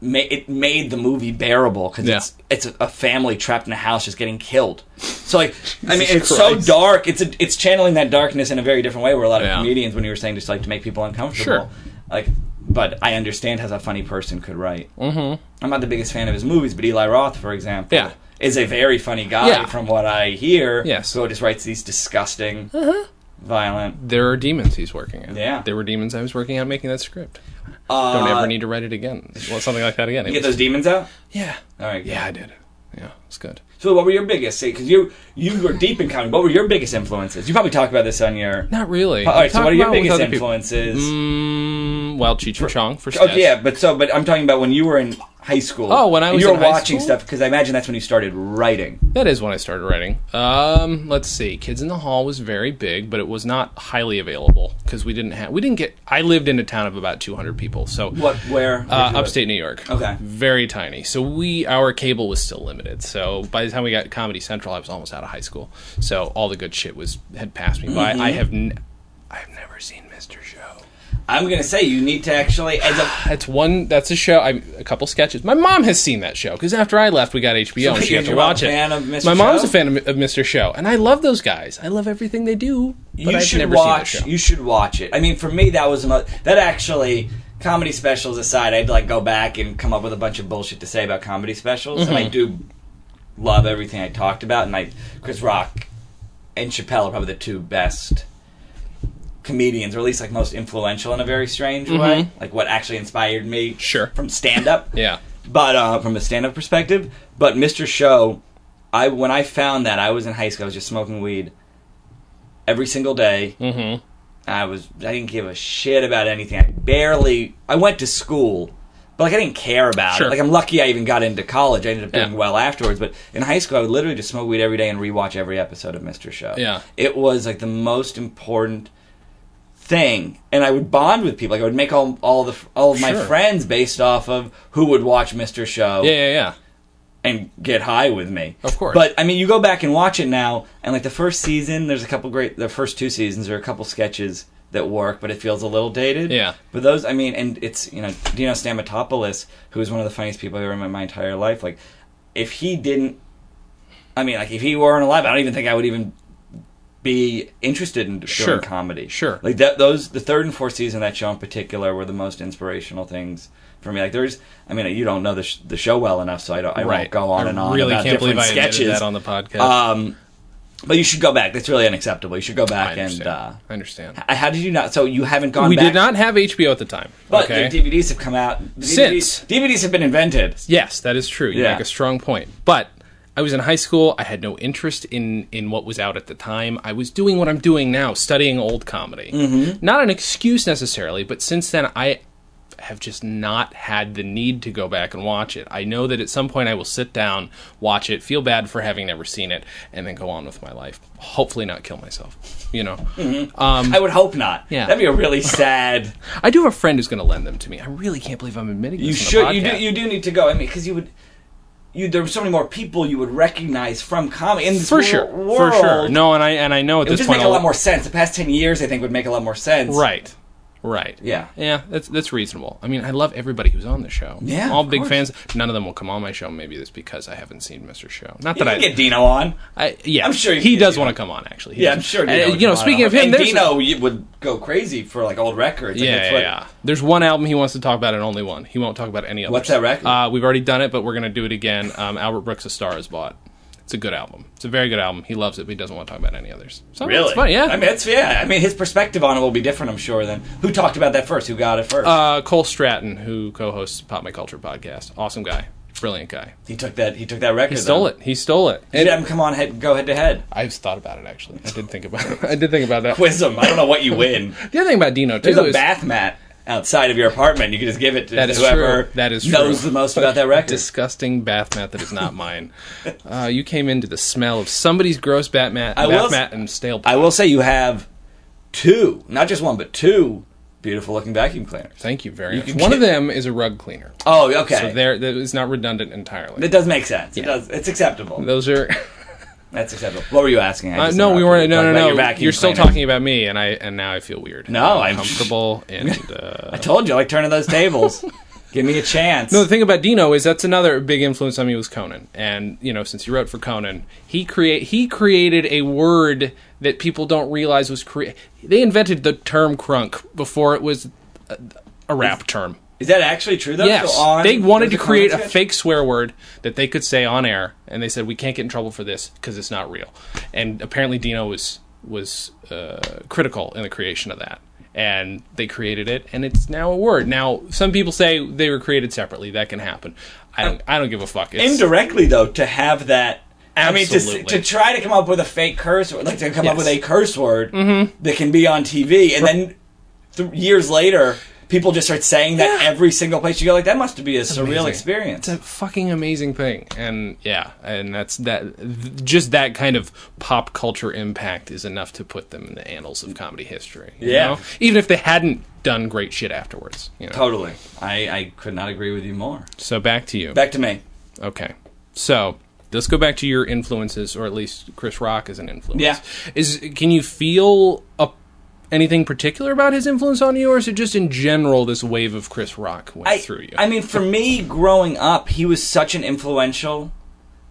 [SPEAKER 3] ma- It made the movie bearable because
[SPEAKER 1] Yeah.
[SPEAKER 3] it's it's a family trapped in a house just getting killed. So like I mean it's
[SPEAKER 1] Jesus
[SPEAKER 3] so
[SPEAKER 1] Christ.
[SPEAKER 3] dark. It's a, it's channeling that darkness in a very different way. Where a lot of
[SPEAKER 1] Yeah.
[SPEAKER 3] comedians, when you were saying just like to make people uncomfortable,
[SPEAKER 1] Sure.
[SPEAKER 3] like. But I understand how a funny person could write. I'm not the biggest fan of his movies, but Eli Roth, for example,
[SPEAKER 1] Mm-hmm. Yeah.
[SPEAKER 3] is a very funny guy,
[SPEAKER 1] Yeah.
[SPEAKER 3] from what I hear.
[SPEAKER 1] Yes. Uh-huh.
[SPEAKER 3] who just writes these disgusting, violent.
[SPEAKER 1] There are demons he's working at.
[SPEAKER 3] Yeah.
[SPEAKER 1] There were demons I was working at making that script.
[SPEAKER 3] Uh,
[SPEAKER 1] Don't ever need to write it again. Well, something like that again. It
[SPEAKER 3] you get
[SPEAKER 1] was-
[SPEAKER 3] those demons out.
[SPEAKER 1] yeah.
[SPEAKER 3] All right. good.
[SPEAKER 1] Yeah, I did. Yeah, it's good.
[SPEAKER 3] So, what were your biggest? Because you you were deep in comedy. What were your biggest influences? You probably talked about this on your.
[SPEAKER 1] Not really.
[SPEAKER 3] All right. So,
[SPEAKER 1] Talk
[SPEAKER 3] what are your
[SPEAKER 1] about it with
[SPEAKER 3] biggest
[SPEAKER 1] other people.
[SPEAKER 3] influences?
[SPEAKER 1] Mm, well, Cheech and Chong for
[SPEAKER 3] Oh
[SPEAKER 1] sketch.
[SPEAKER 3] yeah, but so but I'm talking about when you were in
[SPEAKER 4] high school.
[SPEAKER 1] Oh, when I
[SPEAKER 4] And
[SPEAKER 1] was
[SPEAKER 4] you were
[SPEAKER 1] in high
[SPEAKER 4] watching
[SPEAKER 1] school?
[SPEAKER 4] stuff because I imagine that's when you started writing.
[SPEAKER 1] That is when I started writing. Um, let's see. Kids in the Hall was very big, but it was not highly available because we didn't have we didn't get. I lived in a town of about 200 people, so
[SPEAKER 4] What? Where?
[SPEAKER 1] Uh,
[SPEAKER 4] where'd you live?
[SPEAKER 1] upstate New York.
[SPEAKER 4] Okay.
[SPEAKER 1] Very tiny. So we our cable was still limited. So by the time we got Comedy Central, I was almost out of high school. So all the good shit was had passed me by.
[SPEAKER 3] Mm-hmm.
[SPEAKER 1] I have n- I've never seen Mr. Show.
[SPEAKER 3] I'm gonna say you need to actually as a
[SPEAKER 1] That's one. That's a show. I a couple sketches. My mom has seen that show because after I left, we got HBO and she
[SPEAKER 3] you're
[SPEAKER 1] got to
[SPEAKER 3] a
[SPEAKER 1] watch it.
[SPEAKER 3] fan of Mr.
[SPEAKER 1] My mom's
[SPEAKER 3] Show?
[SPEAKER 1] a fan of, of Mr. Show, and I love those guys. I love everything they do. But
[SPEAKER 3] you
[SPEAKER 1] I've
[SPEAKER 3] should
[SPEAKER 1] never
[SPEAKER 3] watch.
[SPEAKER 1] Seen that show.
[SPEAKER 3] You should watch it. I mean, for me, that was another. That actually, comedy specials aside, I'd like go back and come up with a bunch of bullshit to say about comedy specials, and I
[SPEAKER 1] Mm-hmm.
[SPEAKER 3] do love everything I talked about. And I, Chris Rock and Chappelle are probably the two best comedians, or at least like most influential in a very strange way. Like what actually inspired me,
[SPEAKER 1] Mm-hmm. Sure.
[SPEAKER 3] from stand up
[SPEAKER 1] yeah.
[SPEAKER 3] but uh, from a stand-up perspective. But Mr. Show, I when I found that I was in high school, I was just smoking weed every single day. Mm-hmm. I was I didn't give a shit about anything. I barely I went to school, but like I didn't care about
[SPEAKER 1] Sure.
[SPEAKER 3] it. Like I'm lucky I even got into college. I ended up doing
[SPEAKER 1] Yeah.
[SPEAKER 3] well afterwards. But in high school, I would literally just smoke weed every day and rewatch every episode of Mr. Show.
[SPEAKER 1] Yeah.
[SPEAKER 3] it was like the most important thing and i would bond with people like i would make all all the all of my
[SPEAKER 1] Sure.
[SPEAKER 3] friends based off of who would watch mr show
[SPEAKER 1] Yeah. Yeah. Yeah.
[SPEAKER 3] and get high with me
[SPEAKER 1] Of course.
[SPEAKER 3] but i mean you go back and watch it now and like the first season there's a couple great the first two seasons there are a couple sketches that work but it feels a little dated
[SPEAKER 1] Yeah.
[SPEAKER 3] but those i mean and it's you know dino stamatopoulos who is one of the funniest people i've ever met in my entire life like if he didn't i mean like if he weren't alive i don't even think i would even be interested in doing
[SPEAKER 1] Sure.
[SPEAKER 3] comedy
[SPEAKER 1] Sure.
[SPEAKER 3] like that those the third and fourth season of that show in particular were the most inspirational things for me like there's i mean you don't know the, sh- the show well enough so i don't i won't go on
[SPEAKER 1] I
[SPEAKER 3] and on
[SPEAKER 1] Really
[SPEAKER 3] about
[SPEAKER 1] can't
[SPEAKER 3] different
[SPEAKER 1] believe I admitted
[SPEAKER 3] sketches
[SPEAKER 1] that on the podcast.
[SPEAKER 3] um but you should go back that's really unacceptable you should go
[SPEAKER 1] I
[SPEAKER 3] back and
[SPEAKER 1] understand.
[SPEAKER 3] uh
[SPEAKER 1] I understand.
[SPEAKER 3] I- how did you not so you haven't gone
[SPEAKER 1] We
[SPEAKER 3] back
[SPEAKER 1] did not have HBO at the time.
[SPEAKER 3] but
[SPEAKER 1] okay.
[SPEAKER 3] the dvds have come out The
[SPEAKER 1] Since.
[SPEAKER 3] DVDs, dvds have been invented
[SPEAKER 1] Yes, that is true. You
[SPEAKER 3] Yeah.
[SPEAKER 1] make a strong point. But I was in high school. I had no interest in in what was out at the time. I was doing what I'm doing now, studying old comedy.
[SPEAKER 3] Mm-hmm.
[SPEAKER 1] Not an excuse necessarily, but since then I have just not had the need to go back and watch it. I know that at some point I will sit down, watch it, feel bad for having never seen it, and then go on with my life. Hopefully, not kill myself. You know.
[SPEAKER 3] i would hope not
[SPEAKER 1] Yeah.
[SPEAKER 3] that'd be a really sad
[SPEAKER 1] I do have a friend who's going to lend them to me. I really can't believe I'm admitting
[SPEAKER 3] You
[SPEAKER 1] this. on
[SPEAKER 3] should.
[SPEAKER 1] the
[SPEAKER 3] You do.
[SPEAKER 1] podcast.
[SPEAKER 3] You do need to go. I mean, because you would. You there were so many more people you would recognize from comedy in this
[SPEAKER 1] for
[SPEAKER 3] wor-
[SPEAKER 1] sure,
[SPEAKER 3] World.
[SPEAKER 1] for sure. No, and I and I know at
[SPEAKER 3] it would
[SPEAKER 1] this
[SPEAKER 3] just
[SPEAKER 1] point
[SPEAKER 3] make a
[SPEAKER 1] I'll-
[SPEAKER 3] lot more sense. The past ten years, I think, would make a lot more sense.
[SPEAKER 1] Right. Right.
[SPEAKER 3] Yeah.
[SPEAKER 1] Yeah, that's that's reasonable. I mean, I love everybody who's on the show.
[SPEAKER 3] Yeah,
[SPEAKER 1] All
[SPEAKER 3] of
[SPEAKER 1] big
[SPEAKER 3] course.
[SPEAKER 1] fans. None of them will come on my show. Maybe that's because I haven't seen Mr. Show. Not
[SPEAKER 3] You
[SPEAKER 1] that I,
[SPEAKER 3] can get Dino on.
[SPEAKER 1] I yeah.
[SPEAKER 3] I'm sure you
[SPEAKER 1] he
[SPEAKER 3] can
[SPEAKER 1] does
[SPEAKER 3] do
[SPEAKER 1] want to come on actually. He
[SPEAKER 3] Yeah,
[SPEAKER 1] does.
[SPEAKER 3] I'm sure.
[SPEAKER 1] And, uh,
[SPEAKER 3] Dino would
[SPEAKER 1] you know,
[SPEAKER 3] come on.
[SPEAKER 1] speaking of him,
[SPEAKER 3] and
[SPEAKER 1] there's
[SPEAKER 3] Dino you would go crazy for like old records. Like,
[SPEAKER 1] yeah,
[SPEAKER 3] that's
[SPEAKER 1] yeah,
[SPEAKER 3] what-
[SPEAKER 1] yeah. There's one album he wants to talk about and only one. He won't talk about any others.
[SPEAKER 3] What's that record?
[SPEAKER 1] Uh, we've already done it, but we're gonna do it again. Um, Albert Brooks' A Star Is Bought. It's a good album. It's a very good album. He loves it, but he doesn't want to talk about any others. So
[SPEAKER 3] Really?
[SPEAKER 1] It's fun, yeah.
[SPEAKER 3] I mean, Oh, it's yeah. I mean, his perspective on it will be different, I'm sure. Than who talked about that first? Who got it first?
[SPEAKER 1] uh, Cole Stratton, who co-hosts Pop My Culture podcast, awesome guy, brilliant guy.
[SPEAKER 3] he took that. He took that record.
[SPEAKER 1] He stole it. He stole it.
[SPEAKER 3] Did
[SPEAKER 1] And
[SPEAKER 3] have him come on head, go head to head.
[SPEAKER 1] I've thought about it actually. I did think about it. I did think about that.
[SPEAKER 3] Quiz him. I don't know what you win.
[SPEAKER 1] The other thing about Dino too
[SPEAKER 3] There's a
[SPEAKER 1] is
[SPEAKER 3] bath mat outside of your apartment. You can just give it to
[SPEAKER 1] That is
[SPEAKER 3] whoever
[SPEAKER 1] true. That is
[SPEAKER 3] knows
[SPEAKER 1] true.
[SPEAKER 3] the most about that record.
[SPEAKER 1] disgusting bath mat that is not mine. uh, you came into the smell of somebody's gross bat mat,
[SPEAKER 3] I
[SPEAKER 1] bath
[SPEAKER 3] will-
[SPEAKER 1] mat and stale.
[SPEAKER 3] I will say you have two, not just one, but two beautiful looking vacuum cleaners.
[SPEAKER 1] Thank you very much.
[SPEAKER 3] can
[SPEAKER 1] One
[SPEAKER 3] get-
[SPEAKER 1] of them is a rug cleaner,
[SPEAKER 3] Oh, okay.
[SPEAKER 1] so there that is not redundant entirely.
[SPEAKER 3] it does make sense. It
[SPEAKER 1] Yeah.
[SPEAKER 3] does. It's acceptable.
[SPEAKER 1] Those are
[SPEAKER 3] That's acceptable. What were you asking? I
[SPEAKER 1] uh,
[SPEAKER 3] just
[SPEAKER 1] no, we weren't.
[SPEAKER 3] interrupted you.
[SPEAKER 1] No, no,
[SPEAKER 3] Talking about
[SPEAKER 1] no.
[SPEAKER 3] your vacuum
[SPEAKER 1] You're still
[SPEAKER 3] cleaner.
[SPEAKER 1] talking about me, and I and now I feel weird.
[SPEAKER 3] No,
[SPEAKER 1] I'm
[SPEAKER 3] I'm-
[SPEAKER 1] comfortable and. Uh,
[SPEAKER 3] I told you, I like turning those tables. Give me a chance.
[SPEAKER 1] No, the thing about Dino is that's another big influence on me was Conan, and you know since he wrote for Conan, he create he created a word that people don't realize was cre- They invented the term crunk before it was a, a rap term.
[SPEAKER 3] Is that actually true though?
[SPEAKER 1] Yes,
[SPEAKER 3] So on-
[SPEAKER 1] they wanted to
[SPEAKER 3] there's
[SPEAKER 1] create a
[SPEAKER 3] comment
[SPEAKER 1] fake swear word that they could say on air, and they said we can't get in trouble for this because it's not real. And apparently, Dino was was uh, critical in the creation of that, and they created it, and it's now a word. Now, some people say they were created separately. That can happen. I don't. I don't give a fuck. It's,
[SPEAKER 3] indirectly though to have that I mean,
[SPEAKER 1] Absolutely.
[SPEAKER 3] to, to try to come up with a fake curse word, like to come
[SPEAKER 1] Yes. Mm-hmm.
[SPEAKER 3] up with a curse word that can be on TV, and then th- years later, people just start saying that every single place you go. Like that must be a surreal
[SPEAKER 1] amazing.
[SPEAKER 3] experience.
[SPEAKER 1] It's a fucking amazing thing, and yeah, and that's that. th- Just that kind of pop culture impact is enough to put them in the annals of comedy history. you
[SPEAKER 3] Yeah.
[SPEAKER 1] know? even if they hadn't done great shit afterwards. You know?
[SPEAKER 3] totally. I, I could not agree with you more.
[SPEAKER 1] So back to you.
[SPEAKER 3] Back to me.
[SPEAKER 1] Okay, so let's go back to your influences, or at least Chris Rock is an influence.
[SPEAKER 3] Yeah.
[SPEAKER 1] is can you feel a Anything particular about his influence on you, or is it just in general this wave of Chris Rock went
[SPEAKER 3] I,
[SPEAKER 1] through you?
[SPEAKER 3] I mean, for me, growing up, he was such an influential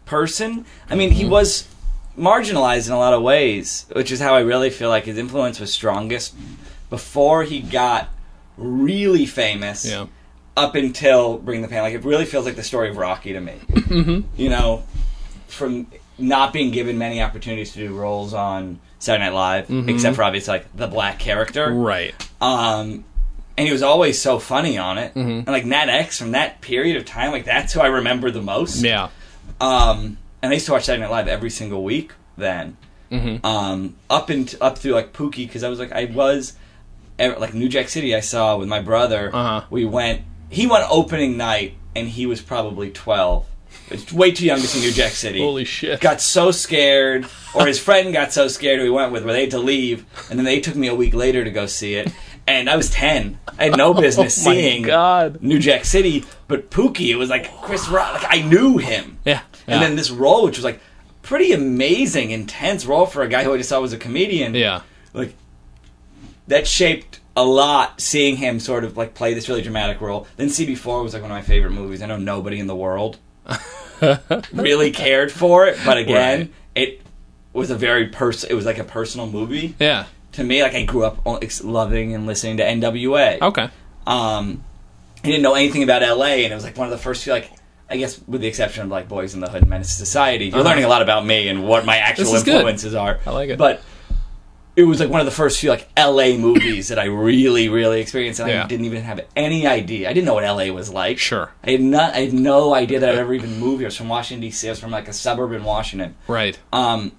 [SPEAKER 3] person. I mean,
[SPEAKER 1] Mm-hmm.
[SPEAKER 3] he was marginalized in a lot of ways, which is how I really feel like his influence was strongest before he got really famous.
[SPEAKER 1] Yeah.
[SPEAKER 3] Up until Bring the Pain, like it really feels like the story of Rocky to me.
[SPEAKER 1] Mm-hmm.
[SPEAKER 3] You know, from not being given many opportunities to do roles on Saturday Night Live,
[SPEAKER 1] Mm-hmm.
[SPEAKER 3] except for obviously like the black character,
[SPEAKER 1] right.
[SPEAKER 3] um, and he was always so funny on it.
[SPEAKER 1] Mm-hmm.
[SPEAKER 3] And like Nat X from that period of time, like that's who I remember the most.
[SPEAKER 1] Yeah.
[SPEAKER 3] Um, and I used to watch Saturday Night Live every single week then.
[SPEAKER 1] Mm-hmm.
[SPEAKER 3] Um, up and up through like Pookie because I was like I was eh, like New Jack City. I saw with my brother.
[SPEAKER 1] Uh-huh.
[SPEAKER 3] We went. He went opening night, and he was probably twelve. It's way too young to see New Jack City
[SPEAKER 1] Holy shit.
[SPEAKER 3] got so scared, or his friend got so scared who he went with, where they had to leave, and then they took me a week later to go see it. And I was ten. I had no business
[SPEAKER 1] Oh my
[SPEAKER 3] seeing
[SPEAKER 1] God.
[SPEAKER 3] New Jack City, but Pookie, it was like Chris Rock. Like I knew him.
[SPEAKER 1] Yeah.
[SPEAKER 3] And
[SPEAKER 1] Yeah.
[SPEAKER 3] then this role, which was like pretty amazing, intense role for a guy who I just saw was a comedian.
[SPEAKER 1] Yeah.
[SPEAKER 3] Like that shaped a lot seeing him sort of like play this really dramatic role. Then CB4 was like one of my favorite movies. I know nobody in the world really cared for it, but again,
[SPEAKER 1] Right.
[SPEAKER 3] it was a very pers- it was like a personal movie
[SPEAKER 1] Yeah.
[SPEAKER 3] to me. Like I grew up on- ex- loving and listening to NWA.
[SPEAKER 1] Okay.
[SPEAKER 3] Um, I didn't know anything about LA, and it was like one of the first few like. I guess, with the exception of like Boys in the Hood, and Menace to Society, you're learning a lot about me and what my actual
[SPEAKER 1] Uh-huh. is good.
[SPEAKER 3] influences are.
[SPEAKER 1] I like it.
[SPEAKER 3] but it was like one of the first few like LA movies that I really, really experienced, and
[SPEAKER 1] Yeah.
[SPEAKER 3] I didn't even have any idea. I didn't know what LA was like.
[SPEAKER 1] Sure.
[SPEAKER 3] I had not. I had no idea that I'd ever even moved here. I was from Washington D.C. I was from like a suburb in Washington.
[SPEAKER 1] Right.
[SPEAKER 3] Um,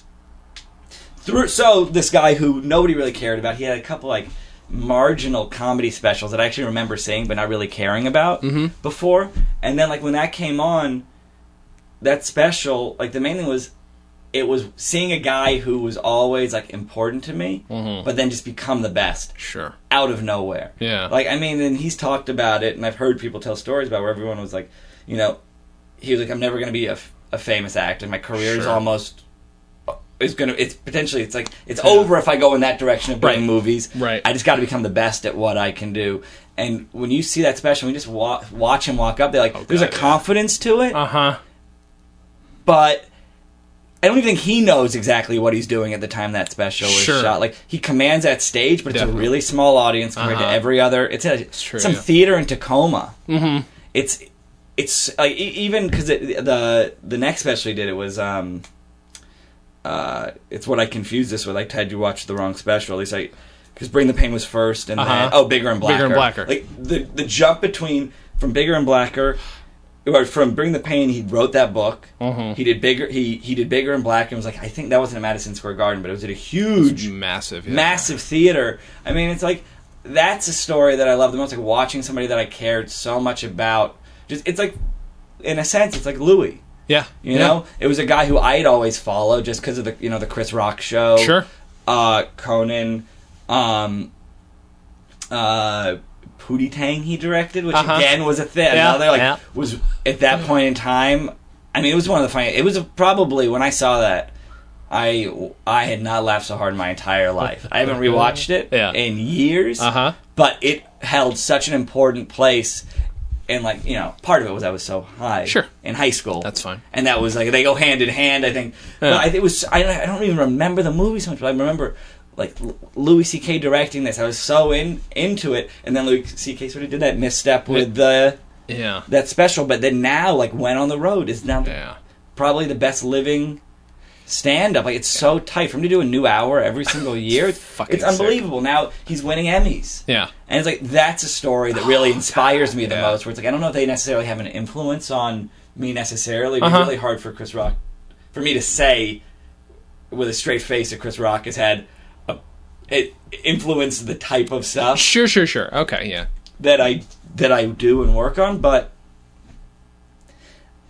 [SPEAKER 3] through so this guy who nobody really cared about, he had a couple like marginal comedy specials that I actually remember seeing but not really caring about before. And then like when that came on, that special like the main thing was it was seeing a guy who was always like important to me, but then just become the best
[SPEAKER 1] Sure.
[SPEAKER 3] out of nowhere.
[SPEAKER 1] Yeah.
[SPEAKER 3] Like I mean, and he's talked about it, and I've heard people tell stories about where everyone was like, you know, he was like, I'm never going to be a, f- a famous actor. My career is
[SPEAKER 1] Sure.
[SPEAKER 3] almost uh, is going to. It's potentially. It's like it's over if I go in that direction of playing
[SPEAKER 1] Right.
[SPEAKER 3] movies.
[SPEAKER 1] Right.
[SPEAKER 3] I just got to become the best at what I can do. And when you see that special, when you just wa- watch him walk up. They're like, there's a
[SPEAKER 1] Oh, God, yeah.
[SPEAKER 3] confidence to it,
[SPEAKER 1] Uh huh.
[SPEAKER 3] but. I don't even think he knows exactly what he's doing at the time that special was
[SPEAKER 1] Sure.
[SPEAKER 3] shot. Like he commands that stage, but it's
[SPEAKER 1] Definitely.
[SPEAKER 3] a really small audience compared
[SPEAKER 1] Uh-huh.
[SPEAKER 3] to every other. It's a
[SPEAKER 1] true,
[SPEAKER 3] some
[SPEAKER 1] yeah.
[SPEAKER 3] theater in Tacoma. Mm-hmm. It's it's like e- even because the the next special he did it was um uh it's what I confused this with. I had you watch the wrong special. At least I because Bring the Pain was first, and
[SPEAKER 1] Uh-huh.
[SPEAKER 3] then oh Bigger and Blacker.
[SPEAKER 1] Bigger and Blacker.
[SPEAKER 3] Like the the jump between from Bigger and Blacker. Or from Bring the Pain, he wrote that book.
[SPEAKER 1] Mm-hmm.
[SPEAKER 3] He did bigger. He he did bigger and black. And was like, I think that wasn't at Madison Square Garden, but it was at a huge
[SPEAKER 1] Massive. Yeah.
[SPEAKER 3] massive theater. I mean, it's like that's a story that I love the most. Like watching somebody that I cared so much about. Just it's like, in a sense, it's like Louis.
[SPEAKER 1] Yeah.
[SPEAKER 3] You
[SPEAKER 1] yeah.
[SPEAKER 3] know, it was a guy who I'd always follow just because of the you know the Chris Rock show,
[SPEAKER 1] Sure.
[SPEAKER 3] uh, Conan, um, uh, Pootie Tang he directed, which
[SPEAKER 1] Uh-huh.
[SPEAKER 3] again was a thing.
[SPEAKER 1] Yeah,
[SPEAKER 3] Another like
[SPEAKER 1] yeah.
[SPEAKER 3] was at that point in time. I mean, it was one of the funny. It was probably when I saw that. I I had not laughed so hard in my entire life. I haven't rewatched it
[SPEAKER 1] Yeah.
[SPEAKER 3] in years,
[SPEAKER 1] Uh-huh.
[SPEAKER 3] but it held such an important place. And like you know, part of it was I was so high
[SPEAKER 1] Sure.
[SPEAKER 3] in high school.
[SPEAKER 1] That's fine.
[SPEAKER 3] And that was like they go hand in hand. I think. But I, it was. I, don't- I don't even remember the movie so much, but I remember like L- Louis C.K. directing this. I was so in into it, and then Louis C.K. sort of did that misstep with the
[SPEAKER 1] Yeah.
[SPEAKER 3] that special. But then now, like, went on the road is now
[SPEAKER 1] Yeah.
[SPEAKER 3] probably the best living stand up. Like it's so tight for him to do a new hour every single year. it's,
[SPEAKER 1] fucking
[SPEAKER 3] it's unbelievable. Now he's winning Emmys.
[SPEAKER 1] Yeah.
[SPEAKER 3] And it's like that's a story that really inspires me the
[SPEAKER 1] yeah.
[SPEAKER 3] most. Where it's like I don't know if they necessarily have an influence on me necessarily. It'd be
[SPEAKER 1] Uh-huh.
[SPEAKER 3] really hard for Chris Rock for me to say with a straight face that Chris Rock has had a, it influenced the type of stuff.
[SPEAKER 1] Sure. Sure. Sure. Okay. Yeah.
[SPEAKER 3] that I that I do and work on, but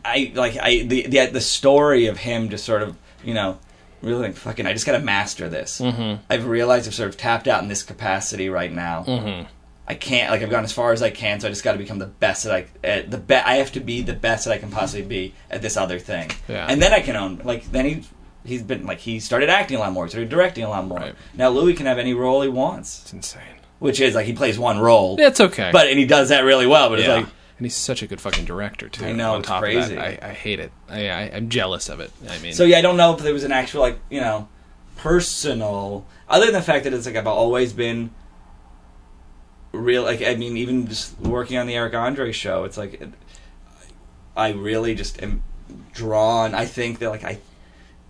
[SPEAKER 3] I like I the the, the story of him just sort of you know really like fucking I just got to master this. Mm-hmm. I've realized I've sort of tapped out in this capacity right now. Mm-hmm. I can't like I've gone as far as I can, so I just got to become the best that I at the be- I have to be the best that I can possibly be at this other thing,
[SPEAKER 1] Yeah.
[SPEAKER 3] and then I can own like then he. He's been like he started acting a lot more, started directing a lot more.
[SPEAKER 1] Right.
[SPEAKER 3] Now Louis can have any role he wants
[SPEAKER 1] It's insane.
[SPEAKER 3] which is like he plays one role,
[SPEAKER 1] It's okay.
[SPEAKER 3] but and he does that really well. But it's
[SPEAKER 1] Yeah.
[SPEAKER 3] like
[SPEAKER 1] and he's such a good fucking director too.
[SPEAKER 3] I know,
[SPEAKER 1] on
[SPEAKER 3] it's
[SPEAKER 1] top
[SPEAKER 3] crazy.
[SPEAKER 1] Of that, I, I hate it. I, I, I'm jealous of it. I mean,
[SPEAKER 3] so yeah, I don't know if there was an actual like you know personal other than the fact that it's like I've always been real. Like I mean, even just working on the Eric Andre show, it's like it- I really just am drawn. I think that like I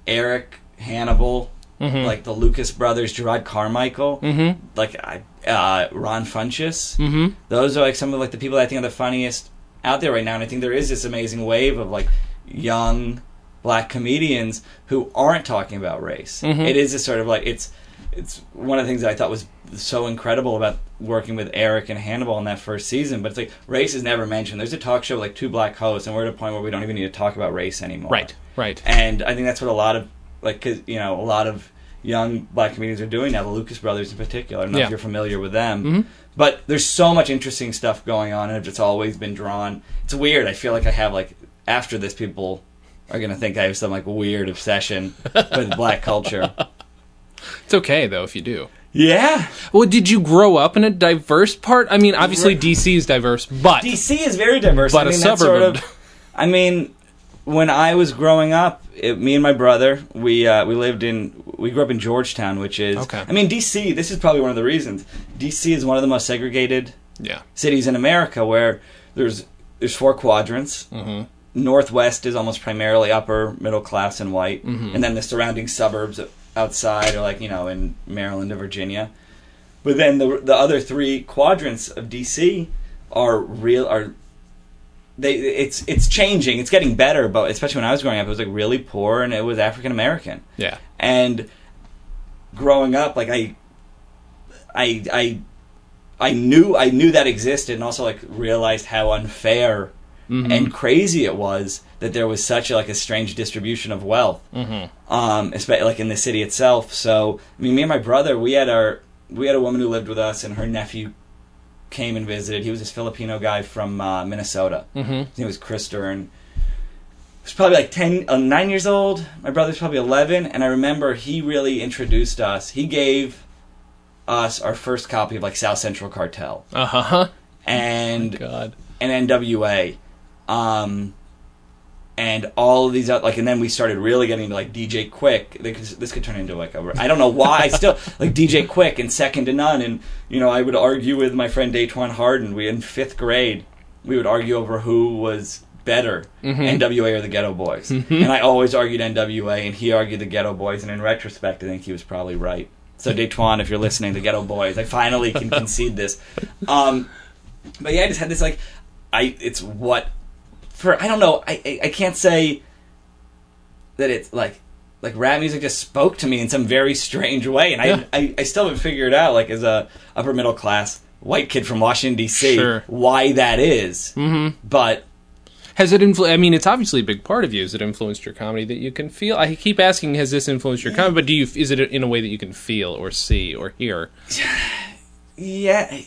[SPEAKER 3] Eric Hannibal.
[SPEAKER 1] Mhm.
[SPEAKER 3] Like the Lucas brothers, Gerard Carmichael,
[SPEAKER 1] Mhm.
[SPEAKER 3] like I, uh, Ron Funches,
[SPEAKER 1] Mhm.
[SPEAKER 3] those are like some of like the people that I think are the funniest out there right now, and I think there is this amazing wave of like young black comedians who aren't talking about race. It is this sort of like it's it's one of the things that I thought was so incredible about working with Eric and Hannibal in that first season. But it's like race is never mentioned. There's a talk show with like two black hosts, and we're at a point where we don't even need to talk about race anymore.
[SPEAKER 1] right, right.
[SPEAKER 3] And I think that's what a lot of like 'cause, you know a lot of young black comedians are doing now. The Lucas brothers in particular. I don't know
[SPEAKER 1] Yeah.
[SPEAKER 3] if you're familiar with them, but there's so much interesting stuff going on, and I've just always been drawn. It's weird. I feel like I have like after this, people are gonna think I have some like weird obsession with black culture.
[SPEAKER 1] It's okay though if you do.
[SPEAKER 3] Yeah,
[SPEAKER 1] Well, did you grow up in a diverse part? I mean, obviously DC is diverse, but
[SPEAKER 3] DC is very diverse.
[SPEAKER 1] But
[SPEAKER 3] I
[SPEAKER 1] a
[SPEAKER 3] mean, that's
[SPEAKER 1] suburban.
[SPEAKER 3] Sort of, I mean, when I was growing up, it, me and my brother, we uh, we lived in we grew up in Georgetown, which is
[SPEAKER 1] Okay.
[SPEAKER 3] I mean, DC. This is probably one of the reasons. DC is one of the most segregated
[SPEAKER 1] yeah,
[SPEAKER 3] cities in America, where there's there's four quadrants. Mm-hmm. Northwest is almost primarily upper middle class and white, and then the surrounding suburbs outside are like you know in Maryland and Virginia. But then the the other three quadrants of DC are real are they it's it's changing. It's getting better, but especially when I was growing up, it was like really poor and it was African American.
[SPEAKER 1] yeah,
[SPEAKER 3] And growing up, like I I I I knew I knew that existed and also like realized how unfair and crazy it was that there was such a, like a strange distribution of wealth um, especially like in the city itself. So, I mean, me and my brother, we had our we had a woman who lived with us, and her nephew came and visited. He was this Filipino guy from uh, Minnesota. Mm-hmm. His name was Chris Stern. He was probably like 10, uh, 9 years old. My brother's probably 11. And I remember he really introduced us. He gave us our first copy of like South Central Cartel
[SPEAKER 1] uh huh.
[SPEAKER 3] and
[SPEAKER 1] God,
[SPEAKER 3] and NWA, um, and all of these out like, and then we started really getting into like DJ Quick. They could- This could turn into like a, I don't know why I still like DJ Quick and Second to None, and you know I would argue with my friend Daytwan Harden. We in fifth grade, we would argue over who was better, NWA or the Ghetto Boys, and I always argued NWA, and he argued the Ghetto Boys, and in retrospect, I think he was probably right. So Daytwan, if you're listening, the Ghetto Boys, I finally can concede this. Um, but yeah, I just had this like, I it's what for I don't know I I, I can't say that it's like like rap music just spoke to me in some very strange way, and I
[SPEAKER 1] Yeah.
[SPEAKER 3] I, I still haven't figured out like as a upper middle class white kid from Washington D.C.
[SPEAKER 1] Sure.
[SPEAKER 3] why that Mm-hmm. But
[SPEAKER 1] has it influenced? I mean, it's obviously a big part of you. Has it influenced your comedy that you can feel? I keep asking, has this influenced your comedy? But do you? Is it in a way that you can feel or see or hear?
[SPEAKER 3] yeah.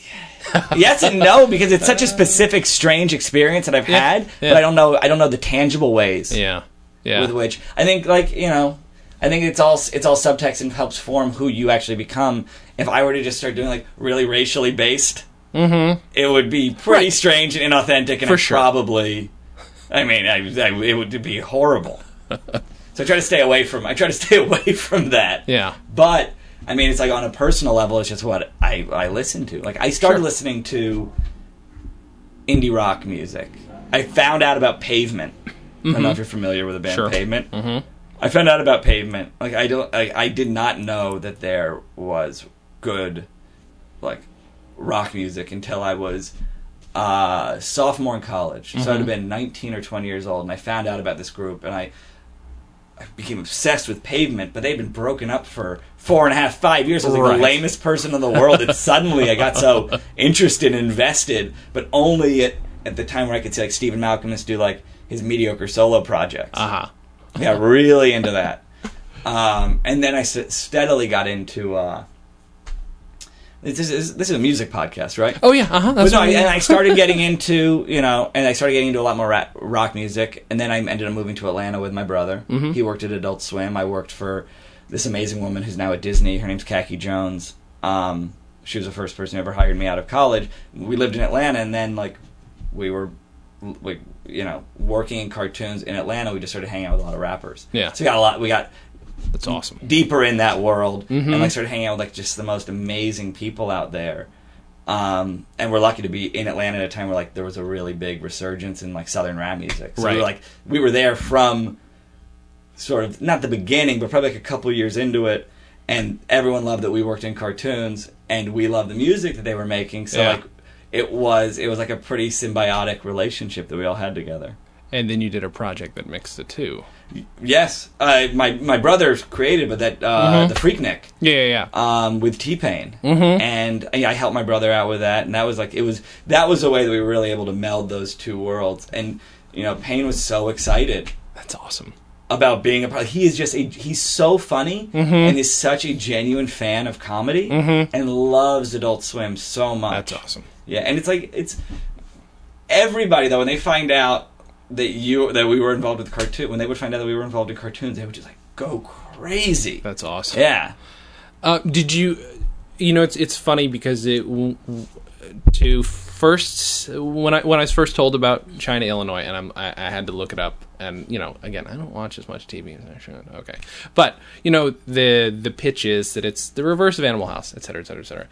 [SPEAKER 3] yes and no because it's such a specific strange experience that I've had
[SPEAKER 1] yeah.
[SPEAKER 3] but I don't know I don't know the tangible ways
[SPEAKER 1] Yeah, yeah.
[SPEAKER 3] with which I think like you know I think it's all it's all subtext and helps form who you actually become. If I were to just start doing like really racially based, it would be pretty strange and inauthentic, and
[SPEAKER 1] Mm-hmm. For
[SPEAKER 3] I'd
[SPEAKER 1] sure.
[SPEAKER 3] probably I mean I, I, it would be horrible. so I try to stay away from I try to stay away from that.
[SPEAKER 1] Yeah.
[SPEAKER 3] but. I mean, it's like on a personal level, it's just what I, I listen to. Like, I started
[SPEAKER 1] Sure.
[SPEAKER 3] listening to indie rock music. I found out about Pavement. I don't know if you're familiar with the band
[SPEAKER 1] Mm-hmm. Sure.
[SPEAKER 3] Pavement. Mm-hmm. I found out about Pavement. Like I don't, I, I did not know that there was good, like, rock music until I was uh, sophomore in college. So I'd have been 19 or 20 years old, and I found out about this group, and I I became obsessed with Pavement, but they'd been broken up for four and a half, five years. I was like
[SPEAKER 5] Right.
[SPEAKER 3] the lamest person in the world. and suddenly I got so interested and invested, but only at, at the time where I could see like Stephen Malcolm just do like his mediocre solo projects.
[SPEAKER 1] Uh huh.
[SPEAKER 3] Yeah, really into that. Um, and then I s- steadily got into. Uh, this is this is a music podcast, right?
[SPEAKER 1] Oh yeah. Uh huh. That's
[SPEAKER 3] But no,
[SPEAKER 1] what I-
[SPEAKER 3] and I started getting into you know, and I started getting into a lot more rap, rock music, and then I ended up moving to Atlanta with my brother.
[SPEAKER 1] Mm-hmm.
[SPEAKER 3] He worked at Adult Swim. I worked for this amazing woman who's now at Disney. Her name's Khaki Jones. Um, she was the first person who ever hired me out of college. We lived in Atlanta, and then like we were like you know working in cartoons in Atlanta. We just started hanging out with a lot of rappers.
[SPEAKER 1] Yeah.
[SPEAKER 3] so we got a lot. We got
[SPEAKER 1] That's awesome.
[SPEAKER 3] deeper in that world and
[SPEAKER 1] Mm-hmm.
[SPEAKER 3] like started hanging out with like just the most amazing people out there um, and we're lucky to be in Atlanta at a time where like there was a really big resurgence in like southern rap music so we
[SPEAKER 1] Right.
[SPEAKER 3] were like we were there from sort of not the beginning but probably like a couple years into it and everyone loved that we worked in cartoons and we loved the music that they were making so
[SPEAKER 1] Yeah.
[SPEAKER 3] like it was it was like a pretty symbiotic relationship that we all had together
[SPEAKER 1] And then you did a project that mixed the two.
[SPEAKER 3] yes uh, my my brother created but that uh,
[SPEAKER 1] Mm-hmm.
[SPEAKER 3] the Freaknik
[SPEAKER 1] Yeah, yeah, yeah.
[SPEAKER 3] um, with T Pain, mm-hmm. and yeah, I helped my brother out with that, and that was like it was that was a way that we were really able to meld those two worlds, and you know, Payne was so excited
[SPEAKER 1] That's awesome.
[SPEAKER 3] about being a part. He is just a, he's so funny
[SPEAKER 1] Mm-hmm.
[SPEAKER 3] and is such a genuine fan of comedy and loves Adult Swim so much.
[SPEAKER 1] That's awesome.
[SPEAKER 3] Yeah, and it's like it's everybody though when they find out that you that we were involved with cartoon when they would find out that we were involved in cartoons they would just like go crazy.
[SPEAKER 1] That's awesome.
[SPEAKER 3] yeah.
[SPEAKER 1] Uh, did you? You know, it's it's funny because it w- w- to first when I when I was first told about China Illinois and I'm, I, I had to look it up and you know again I don't watch as much TV as I should okay but you know the the pitch is that it's the reverse of Animal House et cetera et cetera et cetera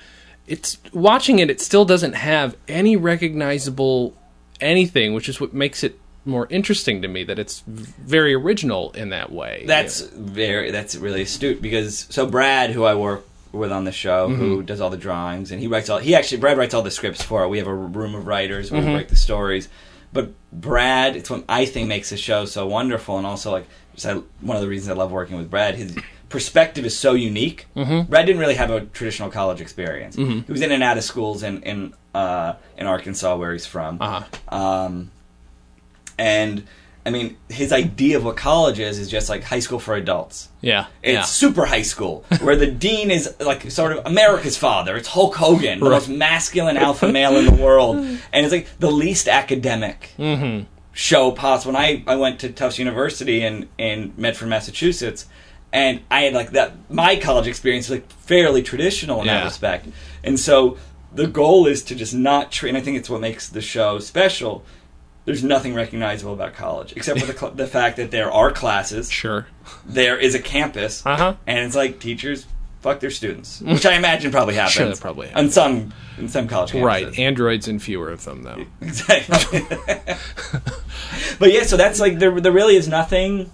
[SPEAKER 1] it's watching it it still doesn't have any recognizable anything which is what makes it more interesting to me that it's v- very original in that way
[SPEAKER 3] That's very. That's really astute because so Brad, who I work with on the show, who does all the drawings and he writes all. He actually Brad writes all the scripts for it. We have a room of writers. We write the stories. But Brad, it's what I think makes the show so wonderful, and also like just I, one of the reasons I love working with Brad. His perspective is so unique. Brad didn't really have a traditional college experience. He was in and out of schools in in uh, in Arkansas, where he's from.
[SPEAKER 1] uh
[SPEAKER 3] Um, and I mean, his idea of what college is is just like high school for adults.
[SPEAKER 1] yeah
[SPEAKER 3] It's
[SPEAKER 1] yeah.
[SPEAKER 3] super high school, where the dean is like sort of America's father. It's Hulk Hogan, the most masculine alpha male in the world, and it's like the least academic
[SPEAKER 1] Mm-hmm.
[SPEAKER 3] show possible. When I, I went to Tufts University in in Medford, Massachusetts, and I had like that my college experience was like fairly traditional in that
[SPEAKER 1] Yeah.
[SPEAKER 3] respect, and so the goal is to just not treat. And I think it's what makes the show special. There's nothing recognizable about college except for the, cl- the fact that there are classes
[SPEAKER 1] sure
[SPEAKER 3] there is a campus,
[SPEAKER 1] Uh-huh.
[SPEAKER 3] and it's like teachers fuck their students, which I imagine probably happens.
[SPEAKER 1] Sure, that probably
[SPEAKER 3] on some in some college campuses,
[SPEAKER 1] Right, androids and fewer of them, though.
[SPEAKER 3] Exactly. but yeah, so that's like there. There really is nothing.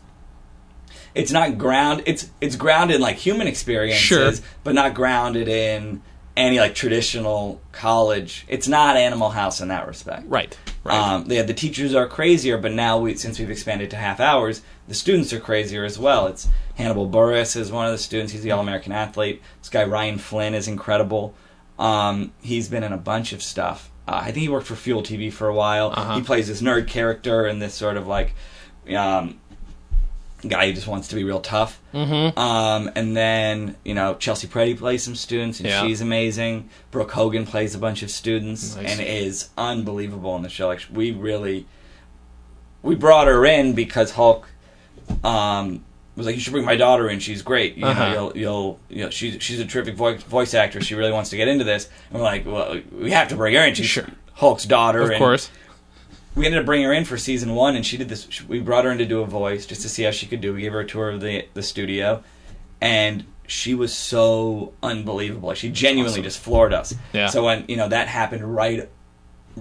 [SPEAKER 3] It's not ground. It's it's grounded in like human experiences,
[SPEAKER 1] Sure.
[SPEAKER 3] but not grounded in any like traditional college. It's not Animal House in that respect.
[SPEAKER 1] Right, Uh, right.
[SPEAKER 3] Um, yeah, the teachers are crazier, but now we, since we've expanded to half hours, the students are crazier as well. It's Hannibal Burris is one of the students. He's the All American athlete. This guy Ryan Flynn is incredible. Um, he's been in a bunch of stuff. Uh, I think he worked for Fuel TV for a while.
[SPEAKER 1] Uh-huh.
[SPEAKER 3] He plays this nerd character and this sort of like um, guy who just wants to be real tough. Mm-hmm. Um, and then you know Chelsea Pretty plays some students, and
[SPEAKER 1] Yeah.
[SPEAKER 3] she's amazing. Brooke Hogan plays a bunch of students
[SPEAKER 1] Nice.
[SPEAKER 3] and is unbelievable in the show. Like we really, we brought her in because Hulk um, was like, "You should bring my daughter in. She's great. You
[SPEAKER 1] Uh-huh.
[SPEAKER 3] know, you'll, you'll, you know, she's she's a terrific voice, voice actress. She really wants to get into this." And we're like, "Well, we have to bring her in. She's
[SPEAKER 1] Sure.
[SPEAKER 3] Hulk's daughter,
[SPEAKER 1] of
[SPEAKER 3] and
[SPEAKER 1] course.
[SPEAKER 3] we ended up bringing her in for season one, and she did this. she- We brought her in to do a voice just to see how she could do. We gave her a tour of the the studio, and she was so unbelievable. Like, She genuinely just floored us.
[SPEAKER 1] Yeah.
[SPEAKER 3] So when you know that happened right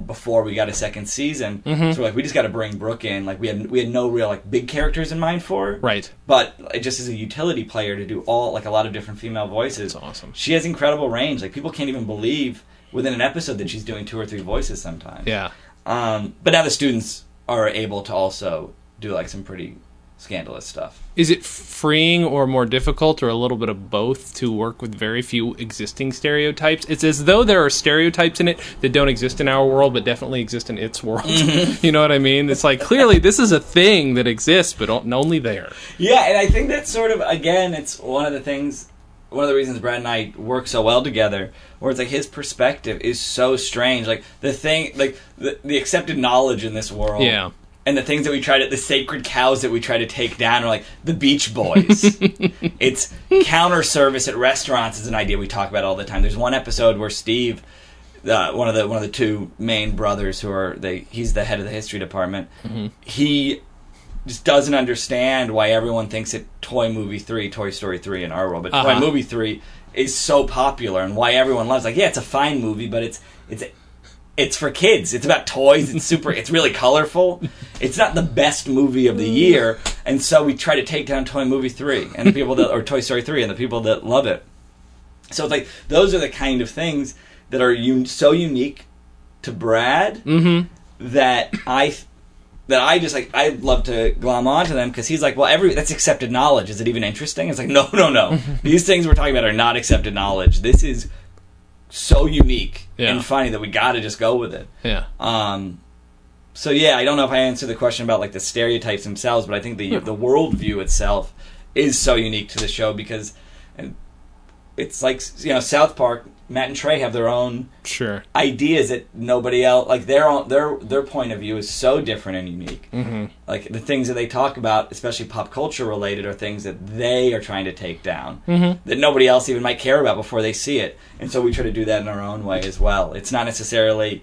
[SPEAKER 3] before we got a second season,
[SPEAKER 1] Mm-hmm.
[SPEAKER 3] so we're like we just got to bring Brooke in. Like we had we had no real like big characters in mind for her.
[SPEAKER 1] Right.
[SPEAKER 3] But it just as a utility player to do all like a lot of different female voices.
[SPEAKER 1] That's awesome.
[SPEAKER 3] She has incredible range. Like people can't even believe within an episode that she's doing two or three voices sometimes.
[SPEAKER 1] Yeah.
[SPEAKER 3] Um, but now the students are able to also do like some pretty scandalous stuff.
[SPEAKER 1] Is it freeing or more difficult or a little bit of both to work with very few existing stereotypes? It's as though there are stereotypes in it that don't exist in our world but definitely exist in its world. you know what I mean? It's like clearly this is a thing that exists but on- only there.
[SPEAKER 3] Yeah, and I think that's sort of again, it's one of the things, one of the reasons Brad and I work so well together. Where it's like his perspective is so strange, like the thing, like the, the accepted knowledge in this world,
[SPEAKER 1] Yeah.
[SPEAKER 3] and the things that we try to, the sacred cows that we try to take down are like the Beach Boys. it's counter service at restaurants is an idea we talk about all the time. There's one episode where Steve. Uh, one of the one of the two main brothers who are they he's the head of the history department. He just doesn't understand why everyone thinks that Toy Movie 3, Toy Story 3 in our world, but
[SPEAKER 1] Uh-huh.
[SPEAKER 3] Toy Movie 3 is so popular and why everyone loves like yeah, it's a fine movie, but it's it's it's for kids. It's about toys. It's super it's really colorful. It's not the best movie of the year, and so we try to take down Toy Movie 3 and the people that or Toy Story 3 and the people that love it. So it's like those are the kind of things that are un- so unique to Brad that I that I just like I love to glom onto them because he's like, well, every that's accepted knowledge. Is it even interesting? It's like, no, no, no. These things we're talking about are not accepted knowledge. This is so unique
[SPEAKER 1] Yeah.
[SPEAKER 3] and funny that we got to just go with it.
[SPEAKER 1] Yeah.
[SPEAKER 3] Um, so yeah, I don't know if I answered the question about like the stereotypes themselves, but I think the the worldview itself is so unique to the show because, and it's like you know South Park. Matt and Trey have their own
[SPEAKER 1] Sure.
[SPEAKER 3] ideas that nobody else like their own, their their point of view is so different and unique. Mm-hmm. Like the things that they talk about, especially pop culture related, are things that they are trying to take down that nobody else even might care about before they see it. And so we try to do that in our own way as well. It's not necessarily,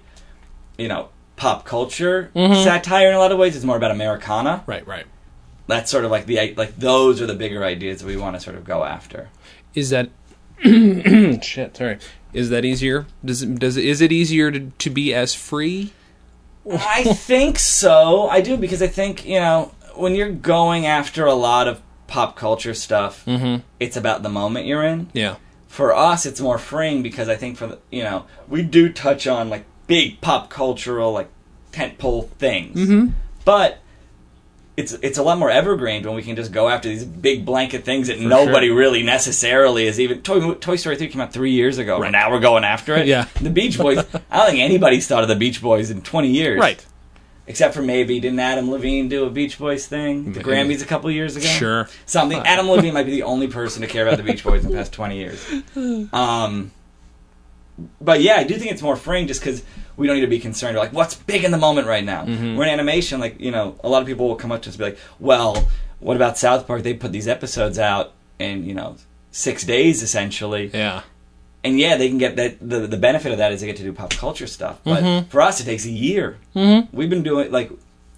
[SPEAKER 3] you know, pop culture satire in a lot of ways. It's more about Americana.
[SPEAKER 1] Right, right.
[SPEAKER 3] That's sort of like the i- like those are the bigger ideas that we want to sort of go after.
[SPEAKER 1] Is that shit, sorry. Is that easier? Does it, does it, is it easier to, to be as free?
[SPEAKER 3] I think so. I do because I think you know when you're going after a lot of pop culture stuff,
[SPEAKER 1] Mm-hmm.
[SPEAKER 3] it's about the moment you're in.
[SPEAKER 1] Yeah.
[SPEAKER 3] For us, it's more freeing because I think for the, you know we do touch on like big pop cultural like tentpole things,
[SPEAKER 1] Mm-hmm.
[SPEAKER 3] but. It's, it's a lot more evergreen when we can just go after these big blanket things that nobody really necessarily is even. Toy, Toy Story 3 came out three years ago. and Now we're going after it.
[SPEAKER 1] Yeah.
[SPEAKER 3] The Beach Boys. I don't think anybody's thought of the Beach Boys in 20 years
[SPEAKER 1] Right.
[SPEAKER 3] except for maybe didn't Adam Levine do a Beach Boys thing? The
[SPEAKER 1] Maybe.
[SPEAKER 3] Grammys a couple years ago.
[SPEAKER 1] Sure. Uh.
[SPEAKER 3] something. Adam Levine might be the only person to care about the Beach Boys in the past twenty years. Um, but yeah, I do think it's more freeing just because we don't need to be concerned. Like, what's big in the moment right now?
[SPEAKER 1] Mm-hmm.
[SPEAKER 3] We're in animation. Like, you know, a lot of people will come up to us and be like, "Well, what about South Park? They put these episodes out in you know six days essentially."
[SPEAKER 1] Yeah.
[SPEAKER 3] and yeah, they can get that. The, the benefit of that is they get to do pop culture stuff. But for us, it takes a year. Mm-hmm. We've been doing like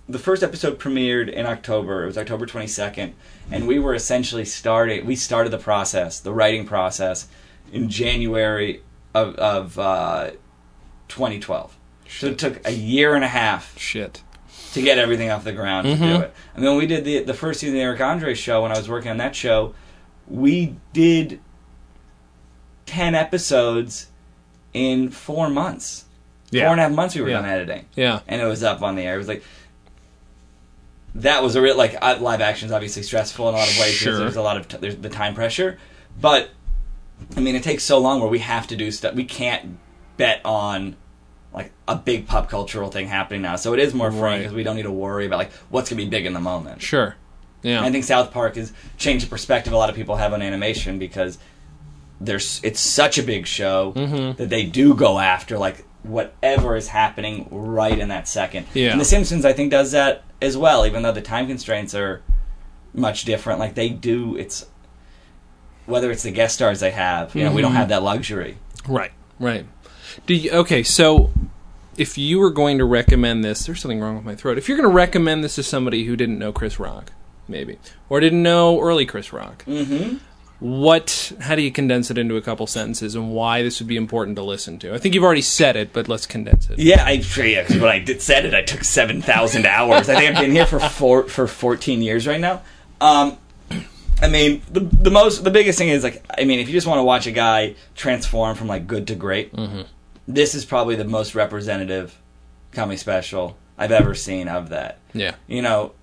[SPEAKER 3] the first episode premiered in October. It was October twenty second, and we were essentially starting. We started the process, the writing process, in January of of uh, twenty twelve. So it took a year and a half
[SPEAKER 1] Shit.
[SPEAKER 3] to get everything off the ground
[SPEAKER 1] Mm-hmm.
[SPEAKER 3] to do it. I mean, when we did the the first season of the Eric Andre show, when I was working on that show, we did ten episodes in four months. Four and a half months we were
[SPEAKER 1] Yeah.
[SPEAKER 3] done editing,
[SPEAKER 1] Yeah.
[SPEAKER 3] and it was up on the air. It was like that was a real like uh, live action is obviously stressful in a lot of ways. because
[SPEAKER 1] Sure.
[SPEAKER 3] There's a lot of t- there's the time pressure, but I mean, it takes so long where we have to do stuff. We can't bet on like a big pop cultural thing happening now. So it is more free
[SPEAKER 1] Right.
[SPEAKER 3] because we don't need to worry about like what's gonna be big in the moment.
[SPEAKER 1] Sure. Yeah.
[SPEAKER 3] I think South Park has changed the perspective a lot of people have on animation because there's it's such a big show
[SPEAKER 1] Mm-hmm.
[SPEAKER 3] that they do go after like whatever is happening right in that second.
[SPEAKER 1] Yeah.
[SPEAKER 3] And The Simpsons I think does that as well, even though the time constraints are much different. Like they do it's whether it's the guest stars they have, you know, we don't
[SPEAKER 1] Mm-hmm.
[SPEAKER 3] have that luxury.
[SPEAKER 1] Right, right. Do you, okay, so if you were going to recommend this, there's something wrong with my throat. If you're going to recommend this to somebody who didn't know Chris Rock, maybe, or didn't know early Chris Rock, mm-hmm. what? How do you condense it into a couple sentences, and why this would be important to listen to? I think you've already said it, but let's condense it.
[SPEAKER 3] Yeah, I yeah, 'cause when I did, said it, I took seven thousand hours. I think I've been here for four for fourteen years right now. Um, I mean, the the most the biggest thing is like, I mean, if you just want to watch a guy transform from like good to great, this is probably the most representative comedy special I've ever seen of that.
[SPEAKER 1] Yeah,
[SPEAKER 3] You know,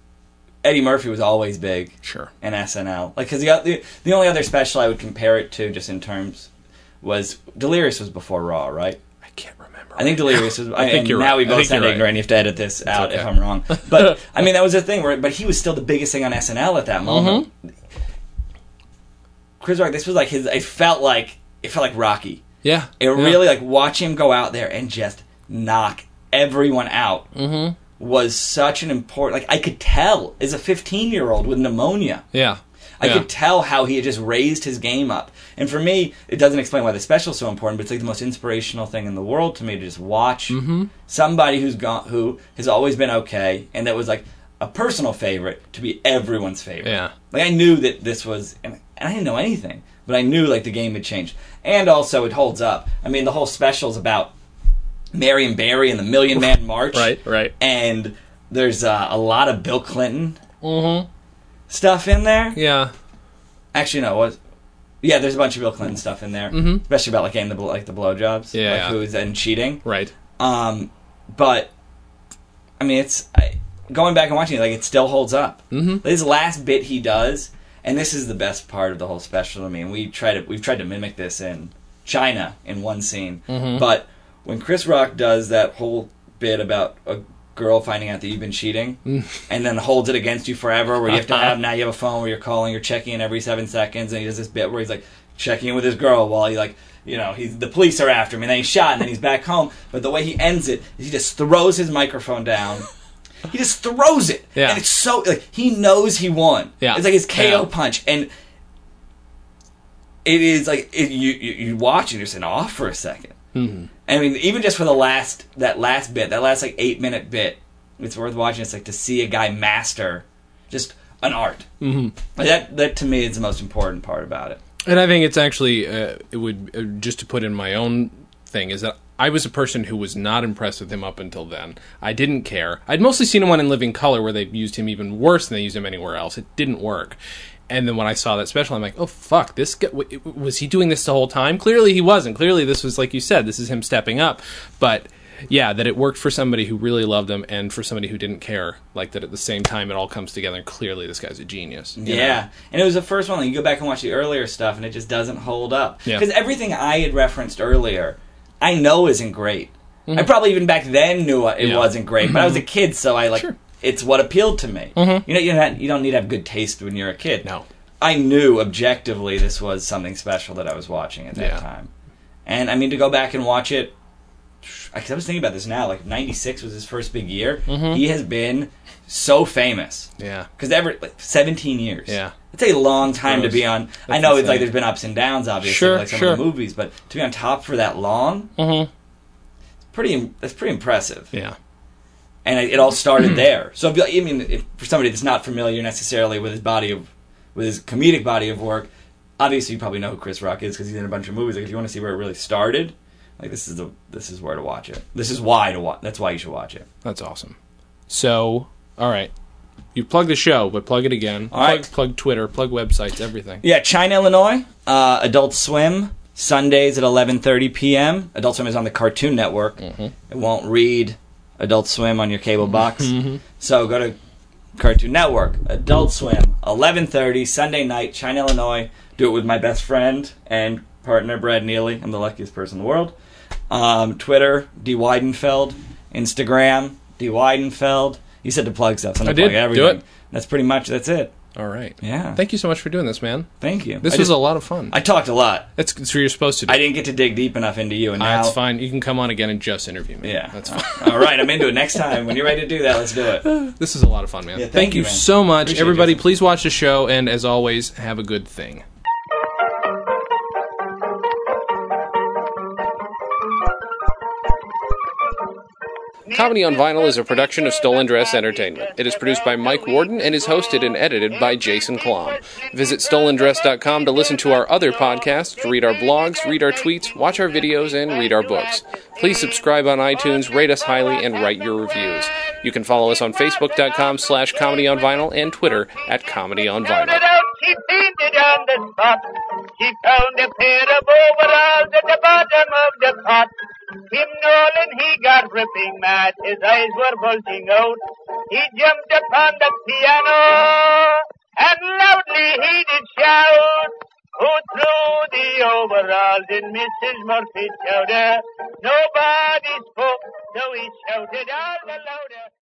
[SPEAKER 3] Eddie Murphy was always big
[SPEAKER 1] Sure.
[SPEAKER 3] in SNL. Like, because the, o- the the only other special I would compare it to, just in terms, was Delirious was before Raw, right?
[SPEAKER 1] I can't remember.
[SPEAKER 3] I think Delirious was. I
[SPEAKER 1] think
[SPEAKER 3] think
[SPEAKER 1] you're
[SPEAKER 3] now
[SPEAKER 1] right.
[SPEAKER 3] we
[SPEAKER 1] I
[SPEAKER 3] both
[SPEAKER 1] think
[SPEAKER 3] sound
[SPEAKER 1] you're right.
[SPEAKER 3] ignorant. You have to edit this out if
[SPEAKER 1] okay.
[SPEAKER 3] I'm wrong. But I mean, that was the thing. Where, but he was still the biggest thing on SNL at that moment.
[SPEAKER 1] Mm-hmm.
[SPEAKER 3] Chris Rock. This was like his. It felt like it felt like Rocky.
[SPEAKER 1] Yeah.
[SPEAKER 3] It
[SPEAKER 1] yeah.
[SPEAKER 3] really like watch him go out there and just knock everyone out
[SPEAKER 1] Mm-hmm.
[SPEAKER 3] was such an important. Like I could tell as a 15 year old with pneumonia.
[SPEAKER 1] Yeah.
[SPEAKER 3] I
[SPEAKER 1] yeah.
[SPEAKER 3] could tell how he had just raised his game up. And for me, it doesn't explain why the special's so important, but it's like the most inspirational thing in the world to me to just watch
[SPEAKER 1] Mm-hmm.
[SPEAKER 3] somebody who's gone, who has always been okay, and that was like a personal favorite to be everyone's favorite.
[SPEAKER 1] Yeah.
[SPEAKER 3] Like I knew that this was, and and I didn't know anything, but I knew like the game had changed, and also it holds up. I mean, the whole special's about Marion Barry and the Million Man March,
[SPEAKER 1] Right, right.
[SPEAKER 3] And there's uh, a lot of Bill Clinton stuff in there.
[SPEAKER 1] Mm-hmm. Yeah.
[SPEAKER 3] Actually, no. It was yeah, there's a bunch of Bill Clinton stuff in there, especially about like getting the bl- like the blowjobs,
[SPEAKER 1] Mm-hmm. Yeah,
[SPEAKER 3] like
[SPEAKER 1] yeah.
[SPEAKER 3] who's and cheating.
[SPEAKER 1] Right.
[SPEAKER 3] Um, but I mean, it's I, going back and watching it, like it still holds up. Mm-hmm. His last bit he does, and this is the best part of the whole special to me. And we try to we've tried to mimic this in China in one scene,
[SPEAKER 1] Mm-hmm.
[SPEAKER 3] but when Chris Rock does that whole bit about a girl finding out that you've been cheating
[SPEAKER 1] Mm.
[SPEAKER 3] and then holds it against you forever where you have to have now you have a phone where you're calling you're checking in every seven seconds and he does this bit where he's like checking in with his girl while he like you know he's the police are after him and then he's shot and then he's back home but the way he ends it is he just throws his microphone down he just throws it
[SPEAKER 1] Yeah.
[SPEAKER 3] and it's so like he knows he won
[SPEAKER 1] Yeah.
[SPEAKER 3] it's like his ko
[SPEAKER 1] Yeah.
[SPEAKER 3] punch and it is like it, you, you you watch and you're sitting off for a 2nd
[SPEAKER 1] Mm-hmm.
[SPEAKER 3] I mean, even just for the last that last bit, that last like eight minute bit, it's worth watching. It's like to see a guy master just an art. Mm-hmm. Like that that to me is the most important part about it.
[SPEAKER 1] And I think it's actually uh, it would uh, just to put in my own thing is that I was a person who was not impressed with him up until then. I didn't care. I'd mostly seen him on In Living Color where they used him even worse than they used him anywhere else. It didn't work. And then when I saw that special, I'm like, oh fuck, this guy, w- w- was he doing this the whole time? Clearly he wasn't. Clearly this was like you said, this is him stepping up. But yeah, that it worked for somebody who really loved him and for somebody who didn't care. Like that at the same time it all comes together. And clearly this guy's a genius. you know?
[SPEAKER 3] yeah, and it was the first one. Like, you go back and watch the earlier stuff, and it just doesn't hold up
[SPEAKER 1] Yeah.
[SPEAKER 3] because everything I had referenced earlier, I know isn't great. I probably even back then knew it
[SPEAKER 1] Mm-hmm. Yeah.
[SPEAKER 3] wasn't great, but I was a kid, so I like it's what appealed to me. You know, you don't, you don't need to have good taste when you're a kid.
[SPEAKER 1] Mm-hmm. No.
[SPEAKER 3] I knew objectively this was something special that I was watching at that
[SPEAKER 1] Yeah.
[SPEAKER 3] time, and I mean to go back and watch it. Because I was thinking about this now, like '96 was his first big year.
[SPEAKER 1] Mm-hmm.
[SPEAKER 3] He has been so famous
[SPEAKER 1] Yeah.
[SPEAKER 3] because ever like, 17 years.
[SPEAKER 1] Yeah.
[SPEAKER 3] it's a long time
[SPEAKER 1] Gross.
[SPEAKER 3] to be on. I know it's
[SPEAKER 1] insane.
[SPEAKER 3] like there's been ups and downs, obviously,
[SPEAKER 1] Sure,
[SPEAKER 3] like some
[SPEAKER 1] sure. Mm-hmm.
[SPEAKER 3] of the movies, but to be on top for that long, it's pretty that's pretty impressive.
[SPEAKER 1] Yeah.
[SPEAKER 3] And it, it all started there. So if you- I mean, if, for somebody that's not familiar necessarily with his body of with his comedic body of work, obviously you probably know who Chris Rock is because he's in a bunch of movies. Like if you want to see where it really started, like this is the this is where to watch it. This is why to watch. That's why you should watch it.
[SPEAKER 1] That's awesome. So, all right. You plug the show, but plug it again.
[SPEAKER 3] All right.
[SPEAKER 1] plug, plug Twitter, plug websites, everything.
[SPEAKER 3] Yeah, China, Illinois. Uh, Adult Swim Sundays at 11:30 p.m. Adult Swim is on the Cartoon Network.
[SPEAKER 1] Mm-hmm.
[SPEAKER 3] It won't read Adult Swim on your cable box,
[SPEAKER 1] Mm-hmm.
[SPEAKER 3] so go to Cartoon Network. Adult Swim 11:30 Sunday night, China, Illinois. Do it with my best friend and partner Brad Neely. I'm the luckiest person in the world. Um, Twitter D Weidenfeld, Instagram D Weidenfeld. You said to plug stuff. So I'm
[SPEAKER 1] I
[SPEAKER 3] gonna plug
[SPEAKER 1] did. Do
[SPEAKER 3] everything.
[SPEAKER 1] it.
[SPEAKER 3] That's pretty much that's it.
[SPEAKER 1] All right.
[SPEAKER 3] Yeah.
[SPEAKER 1] Thank you so much for doing this, man.
[SPEAKER 3] Thank you.
[SPEAKER 1] This
[SPEAKER 3] I
[SPEAKER 1] was
[SPEAKER 3] just-
[SPEAKER 1] a lot of fun.
[SPEAKER 3] I talked a lot.
[SPEAKER 1] that's, that's what you're supposed to do.
[SPEAKER 3] I didn't get to dig deep enough into you, and
[SPEAKER 1] Uh,
[SPEAKER 3] now
[SPEAKER 1] it's fine. You can come on again and just interview me.
[SPEAKER 3] Yeah,
[SPEAKER 1] That's fine.
[SPEAKER 3] All right, I'm into it. Next time, when you're ready to do that, let's do it.
[SPEAKER 1] this is a lot of fun, man.
[SPEAKER 3] Yeah, thank
[SPEAKER 1] thank
[SPEAKER 3] you,
[SPEAKER 1] you,
[SPEAKER 3] man.
[SPEAKER 1] so much.
[SPEAKER 3] Appreciate
[SPEAKER 1] Everybody,
[SPEAKER 3] you.
[SPEAKER 1] please watch the show, and as always, have a good thing. Comedy on Vinyl is a production of Stolen Dress Entertainment. It is produced by Mike Warden and is hosted and edited by Jason Klom. Visit stolendress.com to listen to our other podcasts, read our blogs, read our tweets, watch our videos, and read our books. Please subscribe on iTunes, rate us highly, and write your reviews. You can follow us on facebook.com slash comedy on vinyl and Twitter at comedy on
[SPEAKER 6] Down
[SPEAKER 1] vinyl.
[SPEAKER 6] and out, she fainted on the spot. She found a pair of overalls at the bottom of the pot. Him Nolan, he got ripping mad. His eyes were bulging out. he jumped upon the piano and loudly he did shout. Who threw the overalls in Mrs. Murphy's shoulder? Nobody spoke, so he shouted all the louder.